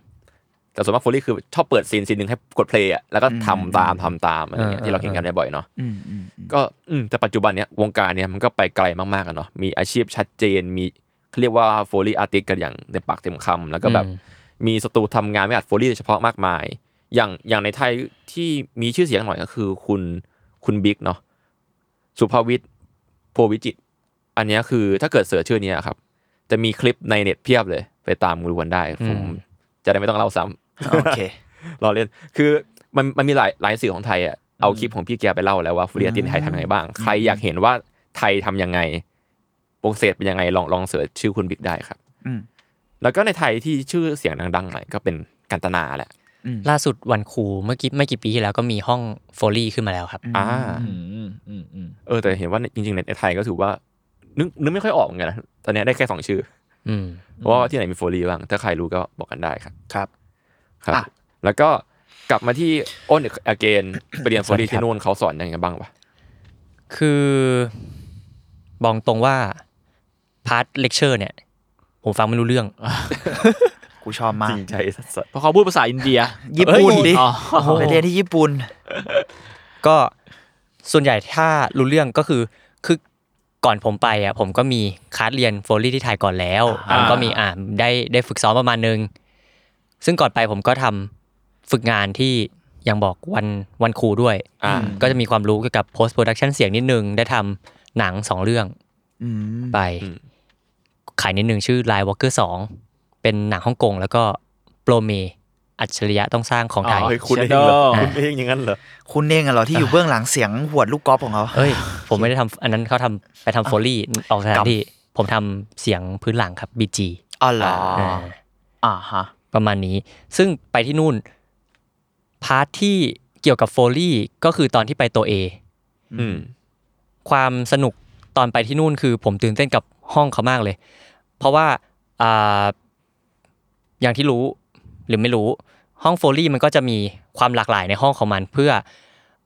แต่ส่วนมากโฟลี่คือชอบเปิดซีนซีนหนึ่งให้กดเพลย์อะแล้วก็ทำตามทำตามอะไรเงี้เอยอ ที่เราเห็นกันได้บ่อยเนาะ อืมอืมอืม ก็อืมแต่ปัจจุบันเนี้ยวงการเนี้ยมันก็ไปไกลมากๆกันเนาะมีอาชีพชัดเจนมีเขาเรียกว่าโฟลี่อาร์ติสกันอย่างเต็มปากเต็มคำแล้วก็แบบ อืม มีสตูทำงานไม่อัดโฟลี่โดยเฉพาะมากมาย อย่างอย่างในไทยที่มีชื่อเสียงหน่อยก็คือคุณคุณบิ๊กเนาะสุภวิทย์โพวิจิตรอันเนี้ยคือถ้าเกิดเสือชื่อเนี้ยครับ จะมีคลิปในเน็ตเพียบเลย ไปตามดูกันได้ผม อืม จะได้ไม่ต้องเล่าซ้ โอเค ำ รอเล่น คือมันมันมีหลายหลายสื่อของไทยอะเอาคลิปของพี่แกไปเล่าแล้วว่าฟูเรียตินไทยทำยังไงบ้าง ใครอยากเห็นว่าไทยทำยังไงโปรเซสเป็นยังไงลองลองเสิร์ชชื่อคุณบิ๊กได้ครับ อืม แล้วก็ในไทยที่ชื่อเสียงดังๆหน่อยก็เป็นกันตนาแหละ อืม ล่าสุดวันครูเมื่อกี้ไม่กี่ปีที่แล้วก็มีห้องโฟลี่ขึ้นมาแล้วครับ อ่า อืมอืมอืม เออแต่เห็นว่าในจริงๆในไทยก็ถือว่า นึกนึกไม่ค่อยออกเหมือนกันนะตอนเนี้ยได้แค่สองชื่อ อืม อว่าที่ไหนมีโฟลีบ้าง ถ้าใครรู้ก็บอกกันได้ครับ ครับ ครับ อ่ะ แล้วก็กลับมาที่อ้นอเกน ไปเรียนโฟสลีวัสดีครับ ที่นู่นเขาสอนยังไงบ้างวะ คือบอกตรงว่า พาร์ทเลคเชอร์เนี่ย ผมฟังไม่รู้เรื่อง กูชอบมา จ ก ริงใจสัส เพราะเขาพูดภาษาอินเดีย ญี่ปุ่นดิ อ๋อ ไปเรียนที่ญี่ปุ่น ก็ส่วนใหญ่ถ้ารู้เรื่องก็คือคือก่อนผมไปอ่ะผมก็มีคลาสเรียนโฟลี่ที่ไทยก่อนแล้ว อ่า ผมก็มีอ่าได้ได้ฝึกซ้อมประมาณนึง ซึ่งก่อนไปผมก็ทำฝึกงานที่ยังบอกวันวันครูด้วย ๆอ่า ก็จะมีความรู้เกี่ยวกับ post production เสียงนิดนึง ได้ทำหนังสองเรื่อง อืม ไป อืม ขายนิดนึงชื่อ Line Walker 2 เป็นหนังฮ่องกงแล้วก็โปรเม อัจฉริยะต้องสร้างของไทย อ๋อเฮ้ยคุณเอง Shadow เหรอคุณเองอย่างนั้นเหรอ คุณเองอะเหรอที่อยู่เบื้องหลังเสียง หวดลูกกอล์ฟของเขา เอ้ย ผมไม่ได้ทำอันนั้นเขาทำไปทำโฟลี่ออกสถานที่ ผมทำเสียงพื้นหลังครับ BG อ๋อเหรอ อ่า อ่าฮะ ประมาณนี้ ซึ่งไปที่นู่น พาร์ทที่เกี่ยวกับโฟลี่ก็คือตอนที่ไปตัวเอ อืม ความสนุกตอนไปที่นู่นคือผมตื่นเต้นกับห้องเขามากเลย เพราะว่าอ่าอย่างที่รู้หรือไม่รู้ห้องโฟลี่มันก็จะมีความหลากหลายในห้องของมันเพื่อ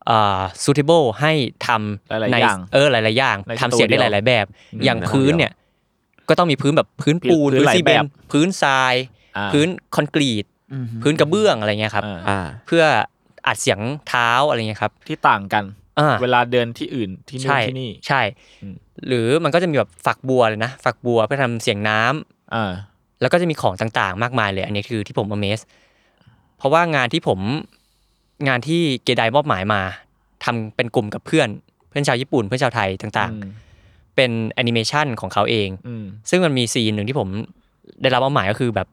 อ่า suitable ให้ทำ หลายๆ ใน อย่าง เออหลาย ๆ อย่าง ใน ทำเสียงได้ สตู ห ดิโอ ลาย ๆ แบบ อืม อย่างพื้นเนี่ยก็ต้องมีพื้นแบบพื้นปูนพื้พื้นน หลาย ซีเมน แบ ต์ บ พื้นทราย อ่า พื้นคอนกรีต อืม พื้นกระเบื้องอะไรเงี้ยครับ อ่า อ่า เพื่ออัดเสียงเท้าอะไรเงี้ยครับ ที่ต่างกัน อ่า เวลาเดินที่อื่นที่นู่น ใช่ ที่นี่ ใช่ อืม หรือมันก็จะมีแบบฝักบัวเลยนะ ฝักบัวเพื่อทำเสียงน้ำ อ่า แล้วก็จะมีของต่างๆ มากมายเลย อันนี้คือที่ผม a เม e เพราะว่างานที่ผมงานที่เกดายมอบหมายมาทำเป็นกลุ่มกับเพื่อน เพื่อนชาวญี่ปุ่นเพื่อนชาวไทยต่าง อืม ๆ เป็นแอนิเมชันของเขาเอง อืม ซึ่งมันมีซีนหนึ่งที่ผมได้รับมอบหมายก็คือแบบ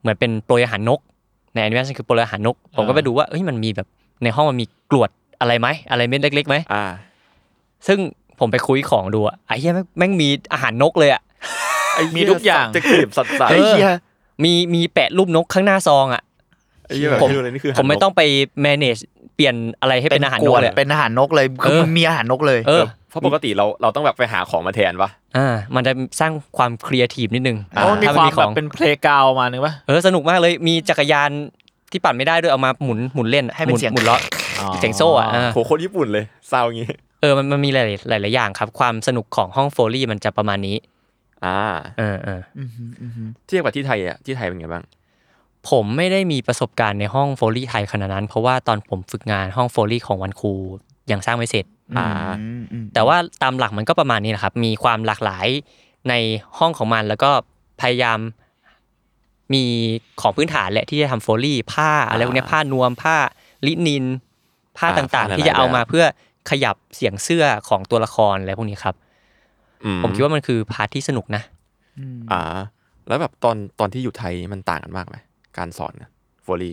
เหมือนเป็นโปรยอาหารนก ในแอนิเมชันคือโปรยอาหารนก ผมก็ไปดูว่าเอ้ยมันมีแบบในห้องมันมีกรวดอะไรไหมอะไรเม็ดเล็กๆไหม อ่า ซึ่งผมไปคุยของดูอะไอ้เหี้ยแม่งแม่งมีอาหารนกเลยอะ มีทุกอย่าง จะขีบสัตว์สัตว์ ไอ้เหี้ย มีมีแปะรูปนกข้างหน้าซองอะ ไอ้เหี้ยแบบ ผม ชื่ออะไรนี่คือ ผมไม่ต้องไป manage เปลี่ยนอะไรให้เป็นอาหารนกเลยอะ เป็นอาหารนกเลยคือ เออ มึงมีอาหารนกเลย เอ เอ อ อเพราะปกติเราเราต้องแบบไปหาของมาแทนปะ อ่า มันจะสร้างความครีเอทีฟนิดนึง เพราะมันมีความ ข แบ อบ ง เป็นเพลงกาวมานึงปะ เออสนุกมากเลยมีจักรยานที่ปั่นไม่ได้ด้วยเอามาหมุนหมุนเล่นอะ ให้เป็น มุ เสียง หมุนล้อเสียงโซ่อะอ่า โหคนญี่ปุ่นเลยเศร้าอย่างงี้ เออมันมันมีหลายหลายหลายอย่างครับ ความสนุกของห้องโฟลี่มันจะประมาณนี้ อ่า เออเออ อืมฮึอืมฮึ เทียบกับที่ไทยอ่ะ ที่ไทยเป็นไงบ้าง ผมไม่ได้มีประสบการณ์ในห้องโฟลี่ไทยขนาดนั้น เพราะว่าตอนผมฝึกงานห้องโฟลี่ของวันครูยังสร้างไม่เสร็จ อ่า อืมอืม แต่ว่าตามหลักมันก็ประมาณนี้นะครับ มีความหลากหลายในห้องของมันแล้วก็พยายามมีของพื้นฐานแหละที่จะทำโฟลี่ผ้าอะไรพวกเนี้ยผ้านวมผ้าลินิน ผ้า อ่า ต่าง ผ้าหๆลายๆ ที่จะเอามา แบบ เพื่อขยับเสียงเสื้อของตัวละครอะไรพวกนี้ครับ อื ผมคิดว่ามันคือพาร์ทที่สนุกนะ อืม อ่า แล้วแบบตอนตอนที่อยู่ไทยมันต่างกันมากไหมการสอนโฟลี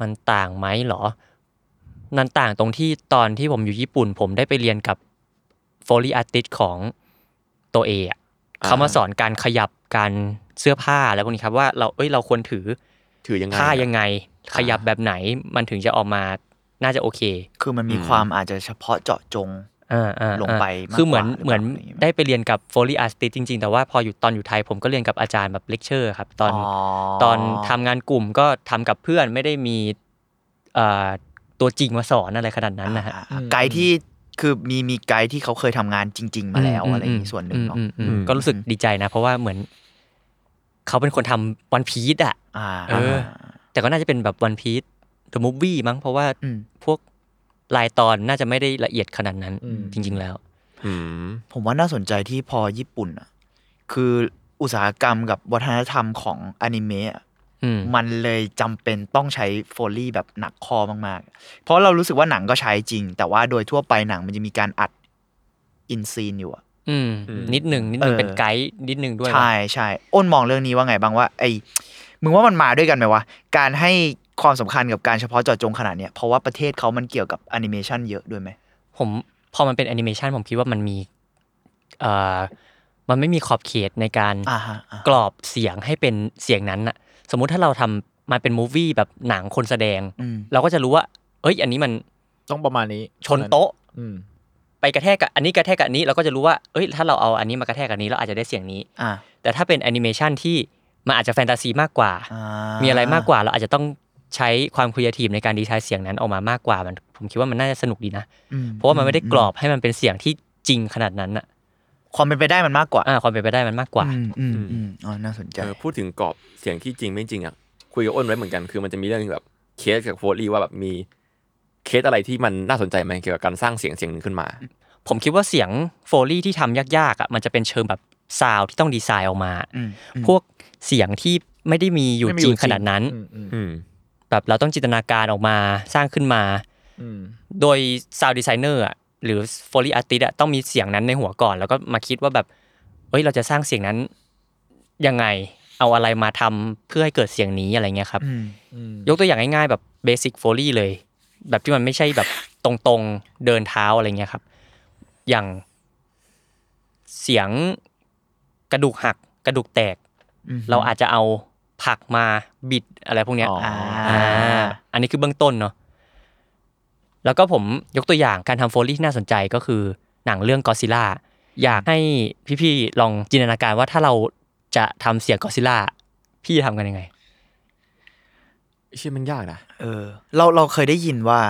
มันต่างไหมเหรอ มันต่างตรงที่ตอนที่ผมอยู่ญี่ปุ่น ผมได้ไปเรียนกับโฟลีอาร์ติสของตัวเออะ เขามาสอนการขยับการเสื้อผ้าอะไรพวกนี้ครับว่าเราเอ้ยเราควรถือ ถือยังไง ท่ายัง อะ ไง ขยับแบบไหนมันถึงจะออกมาน่าจะโอเค คือมันมี อืม ความอาจจะเฉพาะเจาะจง อ่าอ่า ลงไปมากกว่า คือเหมือน หรือเปล่า เหมือน อะไรอย่างงี้ไหม ได้ไปเรียนกับโฟลีอาร์ติจริง ๆ แต่ว่าพออยู่ตอนอยู่ไทยผมก็เรียนกับอาจารย์แบบเลคเชอร์ครับตอน ตอนทำงานกลุ่มก็ทำกับเพื่อนไม่ได้มีเอ่อตัวจริงมาสอนอะไรขนาดนั้นนะฮะ อ่าอ่าไกด์ที่คือมีมีไกด์ที่เขาเคยทำงานจริง ๆ มาแล้วอะไรอย่างนี้ส่วนหนึ่งเนาะ อืมอืมอืม อืม ก็รู้สึกดีใจนะ เพราะว่าเหมือน เขาเป็นคนทำวันพีซอ่ะ อ่า เออ แต่ก็น่าจะเป็นแบบวันพีซเดอะมูฟวี่มั้งเพราะว่า อืม พวกรายตอนน่าจะไม่ได้ละเอียดขนาดนั้น อืม จริง ๆ แล้ว อืม ผมว่าน่าสนใจที่พอญี่ปุ่นอ่ะคืออุตสาหกรรมกับวัฒนธรรมของอนิเมะอะ อืม มันเลยจำเป็นต้องใช้โฟลลี่แบบหนักคอมากๆ เพราะเรารู้สึกว่าหนังก็ใช้จริง แต่ว่าโดยทั่วไปหนังมันจะมีการอัดอินซีนอยู่อะ อืม อืม นิดหนึ่งนิดหนึ่ง เออ เป็นไกด์นิดหนึ่งด้วย ใช่ใช่อ้นมองเรื่องนี้ว่าไงบ้างว่าไอ้มึงว่ามันมาด้วยกันไหมวะ การให้ความสำคัญกับการเฉพาะเจาะจงขนาดเนี้ยเพราะว่าประเทศเขามันเกี่ยวกับแอนิเมชันเยอะด้วยไหม ผมพอมันเป็นแอนิเมชันผมคิดว่ามันมีเอ่อมันไม่มีขอบเขตในการ อ่าฮะอ่าฮะ กรอบเสียงให้เป็นเสียงนั้นน่ะ สมมุติถ้าเราทำมาเป็นมูฟวี่แบบหนังคนแสดง อืม เราก็จะรู้ว่า เอ้ย อันนี้มัน ต้องประมาณนี้ ชนโต๊ะ อืม ไปกระแทกกับอันนี้กระแทกกับอันนี้เราก็จะรู้ว่าเอ้ย ถ้าเราเอาอันนี้มากระแทกกับอันนี้เราอาจจะได้เสียงนี้ อ่า แต่ถ้าเป็นแอนิเมชันที่มันอาจจะแฟนตาซีมากกว่า อ่า มี มี อะไรมากกว่าเราอาจจะต้องใช้ความครีเอทีฟในการดีไซน์เสียงนั้นออกมามากกว่ามัน ผมคิดว่ามันน่าจะสนุกดีนะ เพราะว่ามันไม่ได้กรอบให้มันเป็นเสียงที่จริงขนาดนั้นน่ะ ความเป็นไปได้มันมากกว่า อ่าความเป็นไปได้มันมากกว่า อืมอืมอืมอ๋อน่าสนใจ เออพูดถึงกรอบเสียงที่จริงไม่จริงอ่ะคุยกับอ้นไว้เหมือนกันคือมันจะมีเรื่องแบบเคสกับโฟลี่ว่าแบบมีเคสอะไรที่มันน่าสนใจไหมเกี่ยวกับการสร้างเสียงเสียงหนึงขึ้นมา ผมคิดว่าเสียงโฟลี่ที่ทำยากๆอ่ะมันจะเป็นเชิงแบบซาวด์ที่ต้องดีไซน์ออกมา อืมอืม พวกเสียงที่ไม่ได้มีอยู่ ไม่มี จ อยู่ ริงจริง ขนาดนั้น อืมอืม อืม แบบเราต้องจินตนาการออกมาสร้างขึ้นมา อืม โดยซาวด์ดีไซเนอร์อ่ะหรือโฟลี่อาร์ติสอ่ะต้องมีเสียงนั้นในหัวก่อน แล้วก็มาคิดว่าแบบเอ้ยเราจะสร้างเสียงนั้นยังไงเอาอะไรมาทำเพื่อให้เกิดเสียงนี้อะไรเงี้ยครับ อืม อืม ยกตัวอย่างง่ายๆแบบเบสิกโฟลี่เลย แบบที่มันไม่ใช่แบบตรงๆเดินเท้าอะไรเงี้ยครับ อย่างเสียงกระดูกหักกระดูกแตก อืม เราอาจจะเอาผักมาบิดอะไรพวกเนี้ย อ๋ออ่ อ่า อ่าอันนี้คือเบื้องต้นเนาะแล้วก็ผมยกตัวอย่างการทำโฟลี่ที่น่าสนใจก็คือหนังเรื่องกอซิล่าอยากให้พี่ๆลองจินตนาการว่าถ้าเราจะทำเสียงกอซิล่าพี่จะทำกันยังไง ชื่อมันยากนะ เออ เราเราเคยได้ยินว่า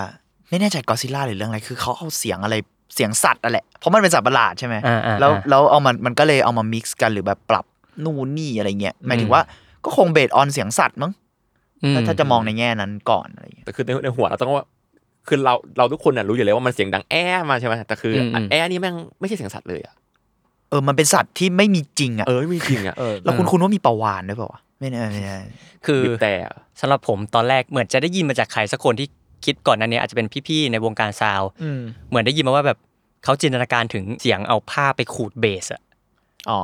ไม่แน่ใจกอซิล่าหรือเรื่องอะไร คือเขาเอาเสียงอะไรเสียงสัตว์นั่นแหละเพราะมันเป็นสัตว์ประหลาดใช่ไหม อ่าอ่า แล้ว อ่า แล้วเอามันมันก็เลยเอามามิกซ์กันหรือแบบปรับนู่นนี่อะไรเงี้ยหมายถึงว่าก็คงเบสออนเสียงสัตว์มั้ง อืม ถ้าถ้าจะมองในแง่นั้นก่อนอะไรเงี้ย แต่คือในในหัวเราต้องว่า คือเราเราทุกคนน่ะรู้อยู่แล้วว่ามันเสียงดังแอ้มาใช่ไหมแต่คืออ มอืม แอ้นี่แม่งไม่ใช่เสียงสัตว์เลยอ่ะ เออมันเป็นสัตว์ที่ไม่มีจริงอ่ะ เออไม่มีจริงอ่ะ เออ แล้วคุณคุณว่ามีปลาวานด้วยเปล่าวะไม่แน่ไม่แน่ คือ บีบแต่อะ สำหรับผมตอนแรกเหมือนจะได้ยินมาจากใครสักคนที่คิดก่อนหนั้นเนี้ยอาจจะเป็นพี่ๆในวงการซาวด์ อืม เหมือนได้ยินมาว่าแบบเขาจินตนาการถึงเสียงเอาผ้าไปขูดเบสอะ อ๋อ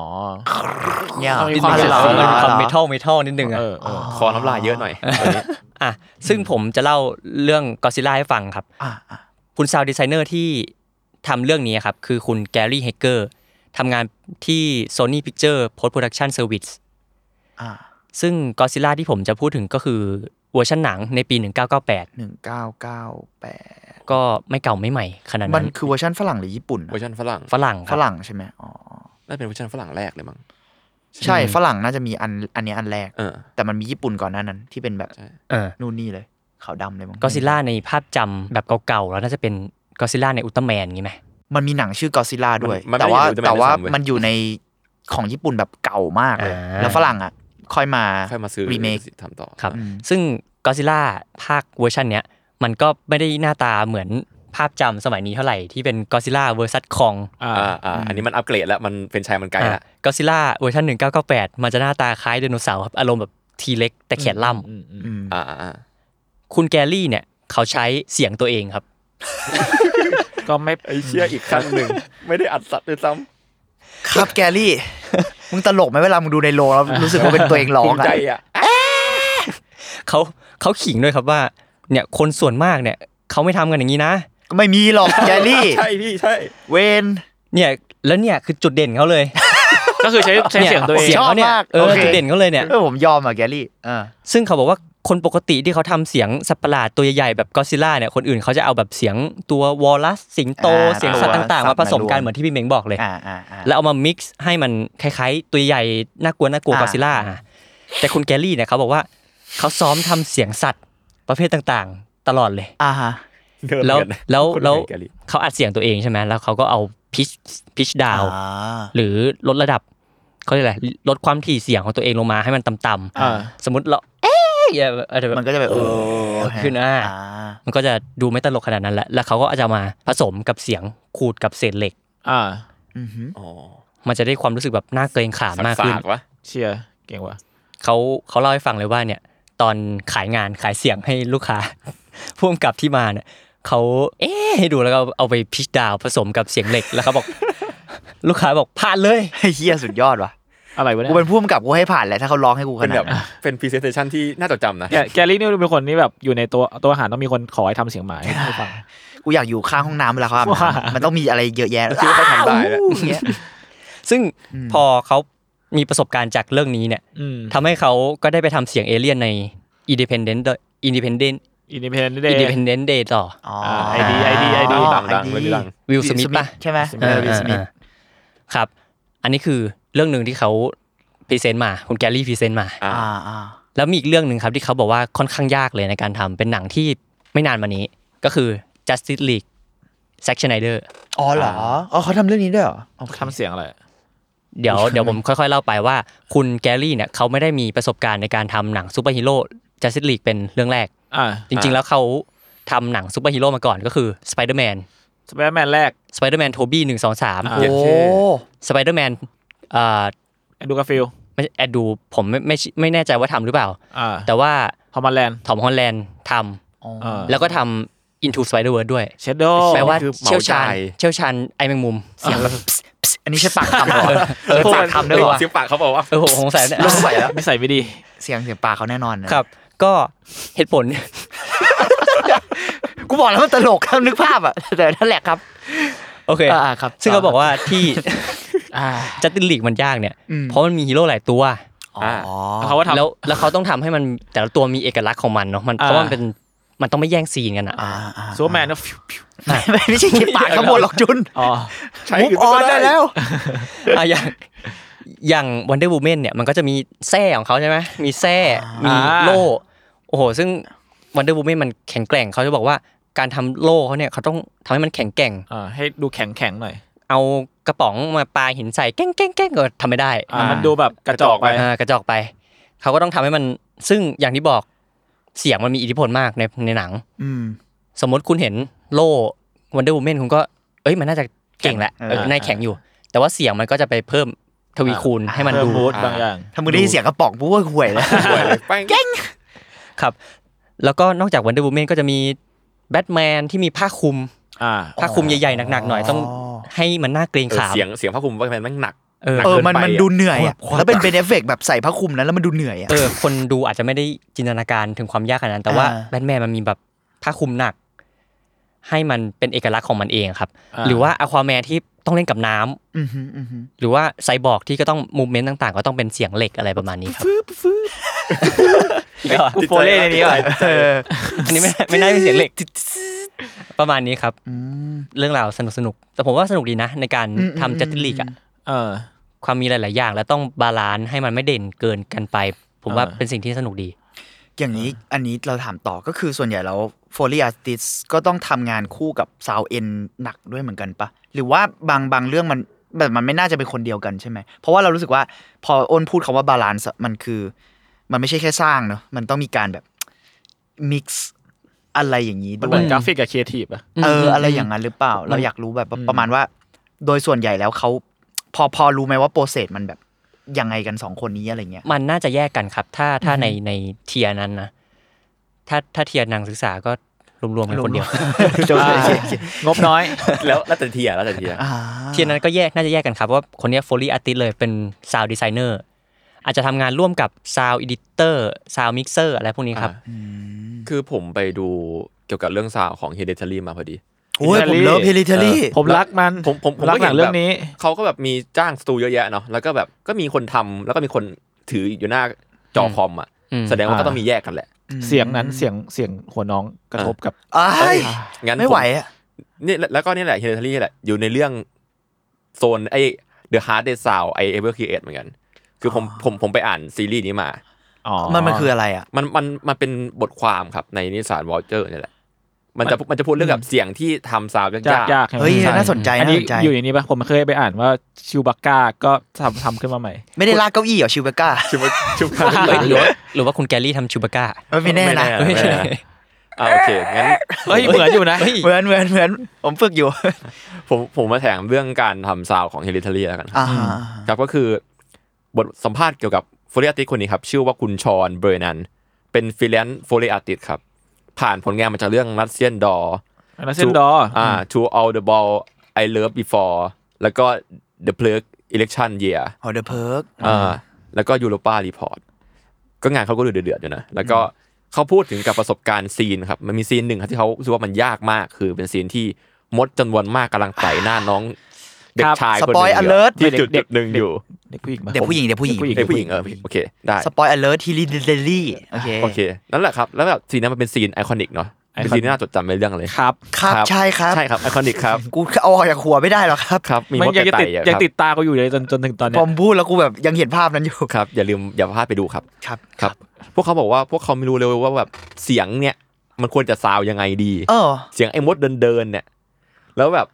เนี่ย มันมี นิดนึง เสียด อะ สี มันมีความ เห เม รอ ทัลเมทัลนิดนึงอะ เออเออ คอน้ำลายเยอะหน่อยอันนี้ อ่ะซึ่งผมจะเล่าเรื่องก d ซิล่าให้ฟังครับ อ่ะอ่ะ คุณซาวด์ดีไซเนอร์ที่ทำเรื่องนี้ครับ คือคุณแกรี่เฮเกอร์ทำงานที่ Sony Picture Post Production Service อ่ะ ซึ่งก d ซิล่าที่ผมจะพูดถึงก็คือเวอร์ชันหนังในปี 1998 หนึ่งเก้าเก้าแปด ก็ไม่เก่าไม่ใหม่ขนาด มัน นั้น คือเวอร์ชันฝรั่งหรือญี่ปุ่น เวอ อะ ร์ชันฝรั่ง ฝรั่งค ฝ รับ รั่งใช่ไหมอ๋อ น่าจะเป็นเวอร์ชันฝรั่งแรกเลยมั้ง ใช่ฝรั่งน่าจะมีอันอันเนี้ยอันแรก เออ แต่มันมีญี่ปุ่นก่อนหน้านั้น ที่เป็นแบบ ใช่ เออ นู่นนี่เลยขาวดำเลยมั้ง กอซิลล่าในภาพจำแบบเก่าๆ แล้วน่าจะเป็นกอซิลล่าในอุลตร้าแมนงี้ไหม มันมีหนังชื่อกอซิล่าด้วย มันมัน แต่ว่า ไม่ได้อยู่ใน แต่ว่า ในสามเว้ย มันอยู่ในของญี่ปุ่นแบบเก่ามากเลย า แล้วฝรั่งอ่ะ ค่อยมา ค่อยมาซื้อ remake ทำต่อ ครับ อืม ซึ่งกอซิลล่าภาคเวอร์ชันเนี้ยมันก็ไม่ได้หน้าตาเหมือนภาพจำสมัยนี้เท่าไหร่ที่เป็นกอซิลล่าเวอร์ซัสคอง อ่า อ่าอ่าอันนี้มันอัปเกรดแล้วมันเป็นชายมันไกลละ กอซิลล่าเวอร์ชัน1998 มันจะหน้าตาคล้ายไดโนเสาร์ครับอารมณ์แบบทีเล็กแต่แขนล่ำ อืมอืม อืม อ่าอ่าอ่า คุณแกลลี่เนี่ยเขาใช้เสียงตัวเองครับ ก็ไม่ ไอเชี่ยอีกขั้นหนึ่ง ไม่ได้อัดสัตว์ด้วยซ้ ครับแก ลี่ มึงตลกไหมเวลามึงดูในโรงแล้วรู้สึกว่าเป็นตัวเอง ำ ร้อ ภู ง มิ อ่ะ ใจอ่ะ เขาเขาขิงด้วยครับว่าเนี่ยคนส่วนมากเนี่ยเขาไม่ทำกันอย่างนี้นะ ไม่มีหรอกแกลี่ ใช่พี่ใช่ เวน เนี่ยแล้วเนี่ยคือจุดเด่นเขาเลย ก็ คือใช้ใช้เสียงตัวเอง นี่ ชอบ นี่ย มาก เออ โอเค จุดเด่นเขาเลยเนี่ย เออผมยอมอ่ะแกลลี่เออ ซึ่งเขาบอกว่าคนปกติที่เขาทำเสียงสัตว์ประหลาดตัวใหญ่ๆแบบก็ซิล่าเนี่ยคนอื่นเขาจะเอาแบบเสียงตัววอลลัสสิงโต อ่า เสียงสัตว์ต่างๆ ตัวสัตว์ มาผสมกัน มารวม เหมือนที่พี่เม้งบอกเลย อ่าอ่าอ่า แล้วเอามามิกซ์ให้มันคล้ายๆ ตัวใหญ่น่ากลัวน่ากลัว อ่า ก็ซิล่าแต่คุณแกลลี่เนี่ยเขาบอกว่าเขาซ้อมทำเสียงสัตว์ประเภทต่างๆ ตลอดเลย อ่าฮะ แล้วแล้ว คน แล้ว ไหนแกลิ เขาอัดเสียงตัวเองใช่ไหมแล้วเขาก็เอาพิชพิชดาว อ่า หรือลดระดับเขาเรียกอะไรลดความถี่เสียงของตัวเองลงมาให้มันต่ำ อ่า ๆสมมติเราเอ๊ะอย่างเงี้ยอาจจะแบบ มันก็จะแบบเออ ขึ้นอ่ะ มันก็จะดูไม่ตลกขนาดนั้นแหละ แล้วเขาก็จะมาผสมกับเสียงขูดกับเศษเหล็ก อ่า อือหือ อ๋อ มันจะได้ความรู้สึกแบบน่าเกรงขามมากขึ้น สๆวะ เชียร์เก่งว่ะ เขาเขาเล่าให้ฟังเลยว่าเนี่ย ตอนขายงานขายเสียงให้ลูกค้า พ่วงกับที่มาเนี่ยเขาเอ๊ะให้ดูแล้วก็เอาไปพิชดาวผสมกับเสียงเหล็ก แล้วเขาบอก ลูกค้าบอกผ่านเลย ไอ้เฮียสุดยอดว่ะ อะไรวะเนี่ กู ย เป็นผู้กำกับกูให้ผ่านแหละถ้าเขาร้องให้กูข เป็น นา แบบดนั้น เป็นพรีเซนเทชันที่น่าจดจำนะ แกแกลี่นี่เป็นคนที่แบบอยู่ในตัวตัวอาหารต้องมีคนขอให้ทำเสียงห มาให้ฟัง กูอยากอยู่ข้างห้องน้ำเวลาเขาอาบน้ ว่ามั ำมันต้องมีอะไรเยอะแยะ คิดว่าเขาทำได้แหละ อ้าวอย่างเงี้ย ซึ่ง อืม พอเขามีประสบการณ์จากเรื่องนี้เนี่ย อืม ทำให้เขาก็ได้ไปทำเสียงเอเลี่ยนใน Independent Independent อินดิเพนเดย์ Independent Day ต่อ อ๋อ ไอดีไอดีไอดี ดังดังเลยดัง Will Smith ปะ ใช่ไหมเออวิลสมิธ อ่าๆครับ อันนี้คือเรื่องหนึ่งที่เขาพรีเซนต์มา คุณแกลลี่พรีเซนต์มา อ่า อ่าอ่า แล้วมีอีกเรื่องหนึ่งครับที่เขาบอกว่าค่อนข้างยากเลยในการทำเป็นหนังที่ไม่นานมานี้ ก็คือ Justice League Zack Snyder อ๋อเหรออ๋อเขาทำเรื่องนี้ด้วยเหรอโอเค ทำเสียงอะไร เดี๋ยว เดี๋ยวผมค่อยๆเล่าไปว่า คุณแกลลี่เนี่ยเขาไม่ได้มีประสบการณ์ในการทำหนังซูเปอร์ฮีโร่ Justice League เป็นเรื่องแรก อ่า จริงๆ แล้วเขาทำหนังซูเปอร์ฮีโร่มาก่อนก็คือ Spider-Man สเปรแมนแรก Spider-Man Tobey 1 2 อ่า โอ้ 3 Spider-Man เอ่อ แอนดูกาฟิลด์ ไม่แอดดูผมไม่ไม่ไม่แน่ใจว่าทำหรือเปล่า อ่า แต่ว่า พอม a แลนด์ ทอมฮอลแลนด์ท อ่า ำแล้วก็ทำ Into Spider-Verse ด้วย เชดโด แปลว่า คือเหมา เชี่ยวชาญ จ่าย เชี่ยวชาญไอแมงมุมเสียงแบบ pss อันนี้ใช่ปากคำเหรอ เออปากคำด้วยว่ะ ซิวปากเขาบอกว่า เออผมสงสัยเนี่ย ลงไปแล้ว นิสัยไม่ดี เสียงเสียงปากเขาแน่นอนนะครับ ก็เหตุผล กูบอกแล้วมันตลกครับนึกภาพอ่ะแต่นั่นแหละครับ โอเค อ่าๆครับ ซึ่งเขาบอกว่าที่ อ่า จัตตินลีกมันยากเนี่ย อืม เพราะมันมีฮีโร่หลายตัว อ๋ออ๋อ เขาก็ทำ แล้วแล้วเขาต้องทำให้มันแต่ละตัวมีเอกลักษณ์ของมันเนาะมัน อ่า เพราะว่ามันเป็นมันต้องไม่แย่งซีนกันอะ อ่าอ่า ซูเปอร์แม นก็ฟิวฟิว ไม่ไม่ใช่เขียนปากข้างบนหรอกจุน อ๋อ มุกออนได้แล้ว อ่ะอย่างอย่างวันเดอร์บูแมนเนี่ยมันก็จะมีแส้ของเขาใช่ไหมมีแส้มี อ่า โล่โอ้โห ซึ่งวันเดอร์บูแมนมันแข็งแกร่งเขาจะบอกว่าการทำโล่เขาเนี่ยเขาต้องทำให้มันแข็งแกร่ง อ่าให้ดูแข็งแข็งๆหน่อย เอากระป๋องมาปาหินใส่แก้งแก้งแก้งก็ทำไม่ได้ อ่ามันดูแบบกระจอกไป อ่ากระจอกไป เขาก็ต้องทำให้มันซึ่งอย่างที่บอกเสียงมันมีอิทธิพลมากในในหนัง อืม สมมติคุณเห็นโล่วันเดอร์ m ูแมนคุณก็ เอ้ยมันน่าจะเก่งแหละ แข็ง เออ เออ น่าแข็งอยู่ แต่ว่าเสียงมันก็จะไปเพิ่มทวีคูณให้มัน เพิ่ม ดู มูด อ่า บางอย่าง ถ้ามึงได้ยินเสียงกระป๋องกูก็ห่วยแล้ว ป่วยเลยแป้ง ครับ แล้วก็นอกจากวันเดอร์ m ูแมนก็จะมีแบทแมนที่มีผ้าคลุม อ่า ผ้าคลุมใหญ่ๆหนักๆหน่อยต้องให้มันน่าเกรง เออ ขาม เสียงเสียงผ้าคลุมว่ามันแม่งหนัก เออ เออ เกินไป มัน มัน อะ ดูเหนื่อยอะแล้วเป็นเป็นเอฟเฟกต์แบบใส่ผ้าคลุมนั้นแล้วมันดูเหนื่อยอะ เออคนดูอาจจะไม่ได้จินตนาการถึงความยากขนาดนั้น แต่ว่า อ่า แบทแมนมันมีแบบผ้าคลุมหนัก ให้มันเป็นเอกลักษณ์ของมันเองครับ อ่า หรือว่าอควาแมนที่ต้องเล่นกับน้ำ อือหืออือหือ หรือว่าไซบอร์กที่ก็ต้องมูเมนต์ต่างๆ ก็ต้องเป็นเสียงเหล็กอะไรประมาณนี้ครับ กูโฟเล่ในนี้ก่อน เออ อันนี้ไม่ไม่น่าเป็นเสียงเหล็ก ประมาณนี้ครับ อืม เรื่องราวสนุกสนุกแต่ผมว่าสนุกดีนะ ในการ อืมอืม ทำจัตติลีกอะ เออ ความมีหลาย ๆ อย่าง แล้วต้องบาลานซ์ให้มันไม่เด่นเกินกันไป ผมว่า อ่า เป็นสิ่งที่สนุกดี อย่างนี้อันนี้เราถามต่อก็คือส่วนใหญ่แล้วโฟลีอาร์ติสก็ต้องทำงานคู่กับซาวเอ็นหนักด้วยเหมือนกันปะหรือว่าบางบางเรื่องมันแบบมันไม่น่าจะเป็นคนเดียวกันใช่ไหม เพราะว่าเรารู้สึกว่าพออ้นพูดคำว่าบาลานซ์มันคือ มันไม่ใช่แค่สร้างเนอะมันต้องมีการแบบมิกซ์อะไรอย่างนี้ มัน ด้ เห ว มือน ย กราฟิกกับครีเอทีฟอะ เอออะไรอย่างนั้นหรือเปล่า เราอยากรู้แบบ อืม ประมาณว่า โดยส่วนใหญ่แล้วเขาพอพอรู้ไหมว่าโปรเซสมันแบบยังไงกันสองคนนี้อะไรเงี้ย มันน่าจะแยกกันครับ ถ้าถ้าในในเทียร์นั้นนะ ถ้าถ้าเทียร์นังศึกษาก็รวมๆกันคนเดียว อ่างบน้อย แล้วแล้วแต่เทียร์แล้วแต่เทียร์ อ่า เทียร์นั้นก็แยกน่าจะแยกกันครับว่าคนเนี้โฟลีอาร์ติสเลยเป็นซาวดีไซเนอร์อาจจะทำงานร่วมกับซาวอีดิเตอร์ซาวมิกเซอร์อะไรพวกนี้ครับ คือผมไปดูเกี่ยวกับเรื่องสาวของเฮเดทารีมาพอดี โอ้ยผมเลิฟเฮลิเทอรี่ ผมรักมัน ผมผมผม รัก ก็ ห เห็ นั น ง แบบ เรื่องนี้ เขาก็แบบมีจ้างสตูเยอะแยะเนาะแล้วก็แบบก็มีคนทำแล้วก็มีคนถืออยู่หน้าจอคอมอ่ะ อืม แสดงว่า อ่า ก็ต้องมีแยกกันแหละ เสียงนั้นเสียงเสียงหัวน้องกระทบกับ อ้าย งั้น ไม่ไหว ผ อะ นี่แล้วแล้วก็นี่แหละเฮเลทารี่แหละอยู่ในเรื่องโซนไอ้ The Hard Day Sound ไอ้ Ever Create เหมือนกัน คือผมผมผมไปอ่านซีรีส์นี้มา อ๋อ มันมันคืออะไรอ่ะ มันมันมันเป็นบทความครับในนิสานวอลเจอร์นี่ยแหละ มันจะมันจะพูดเรื่องแบบเสียงที่ทำซาวด์ย ยากยา าก ก ใช่ไหม เฮ้ย ใช่ น่าสนใจ อัน น่า นี้ สนใจ อยู่ในนี้ปะผมเคยไปอ่านว่าชิวบักก้าก็ทำทำขึ้นมาใหม่ ไม่ได้ลากเก้าอี้เหรอชิวเบก้า ๆชุบชุบข้าว ห เล รือยหรือว่าหรือว่าคุณแกลลี่ทำชูบาก้า ไม่แน่นะ ไม่แนะอ่าโอเคงั้น เฮ้ย เหมือนอยู่นะ เฮ้ย เหมือนเหมือนเหมือนผมฝึกอยู่ ผมผมมาแถมเรื่องการทำซาวด์ของเฮลิทารีแล้วกันครับ อ่าฮะ ครับก็คือบทสัมภาษณ์เกี่ยวกับโฟลิอาติสคนนี้ครับ ชื่อว่าคุณชอนเบรนัน เป็นฟรีแลนซ์โฟลิอาติสครับ ผ่านผลงานมาจากเรื่องรัสเซียนดอ อันนั้นเส้นดออ่า อ่า To All the Ball I Love Before แล้วก็ The Plug Election Year ฮอเดอะเพิร์ก อ่าแล้วก็ยูโรปารีพอร์ตก็งานเขาก็ดูเดือดๆอยู่นะ แล้วก็เขาพูดถึงกับประสบการณ์ซีนครับ มันมีซีนหนึ่งครับที่เขารู้สึกว่ามันยากมาก คือเป็นซีนที่มดจำนวนมากกำลังไต่หน้าน้อง เด็กชาย ส คนห ปอย นึ่งออยู่ เลิร์ ที่จุดจุดหนึ่งอยู่ เด็กผู้หญิงปะ เด็กผู้หญิงเด็กผู้หญิง เด็กผู้หญิง ไอ้ยผู้หญิงเออโอเคได้ สปอยอเลิร์ทีลีเดลี่โอเค โอเคนั่นแหละครับแล้วแบบซีนนั้นมันเป็นซีนไอคอนิกเนาะเป็นซีนที่น่าจดจำในเรื่องเลย ครับ ครับใช่ครับ ใช่ครับไอคอนิกครับ กูเอาออกจากหัวไม่ได้หรอกครับ ครับมี มัน มด ยังจะ ไต่ ติดยัอะคง รับ ติดตากูอยู่เลยจนจนถึงตอนเนี้ ผ ย มพูดแล้วกูแบบยังเห็นภาพนั้นอยู่ ครับอย่าลืมอย่าพลาดไปดูครับ ครับ ครับ พวกเขาบอกว่าพวกเขาไม่รู้เลยว่าแบบเสียงเนี่ยมันควรจะซาวยังไงดี เออ เสียงไอ้มดเดินๆเนี่ย แล้วแบบ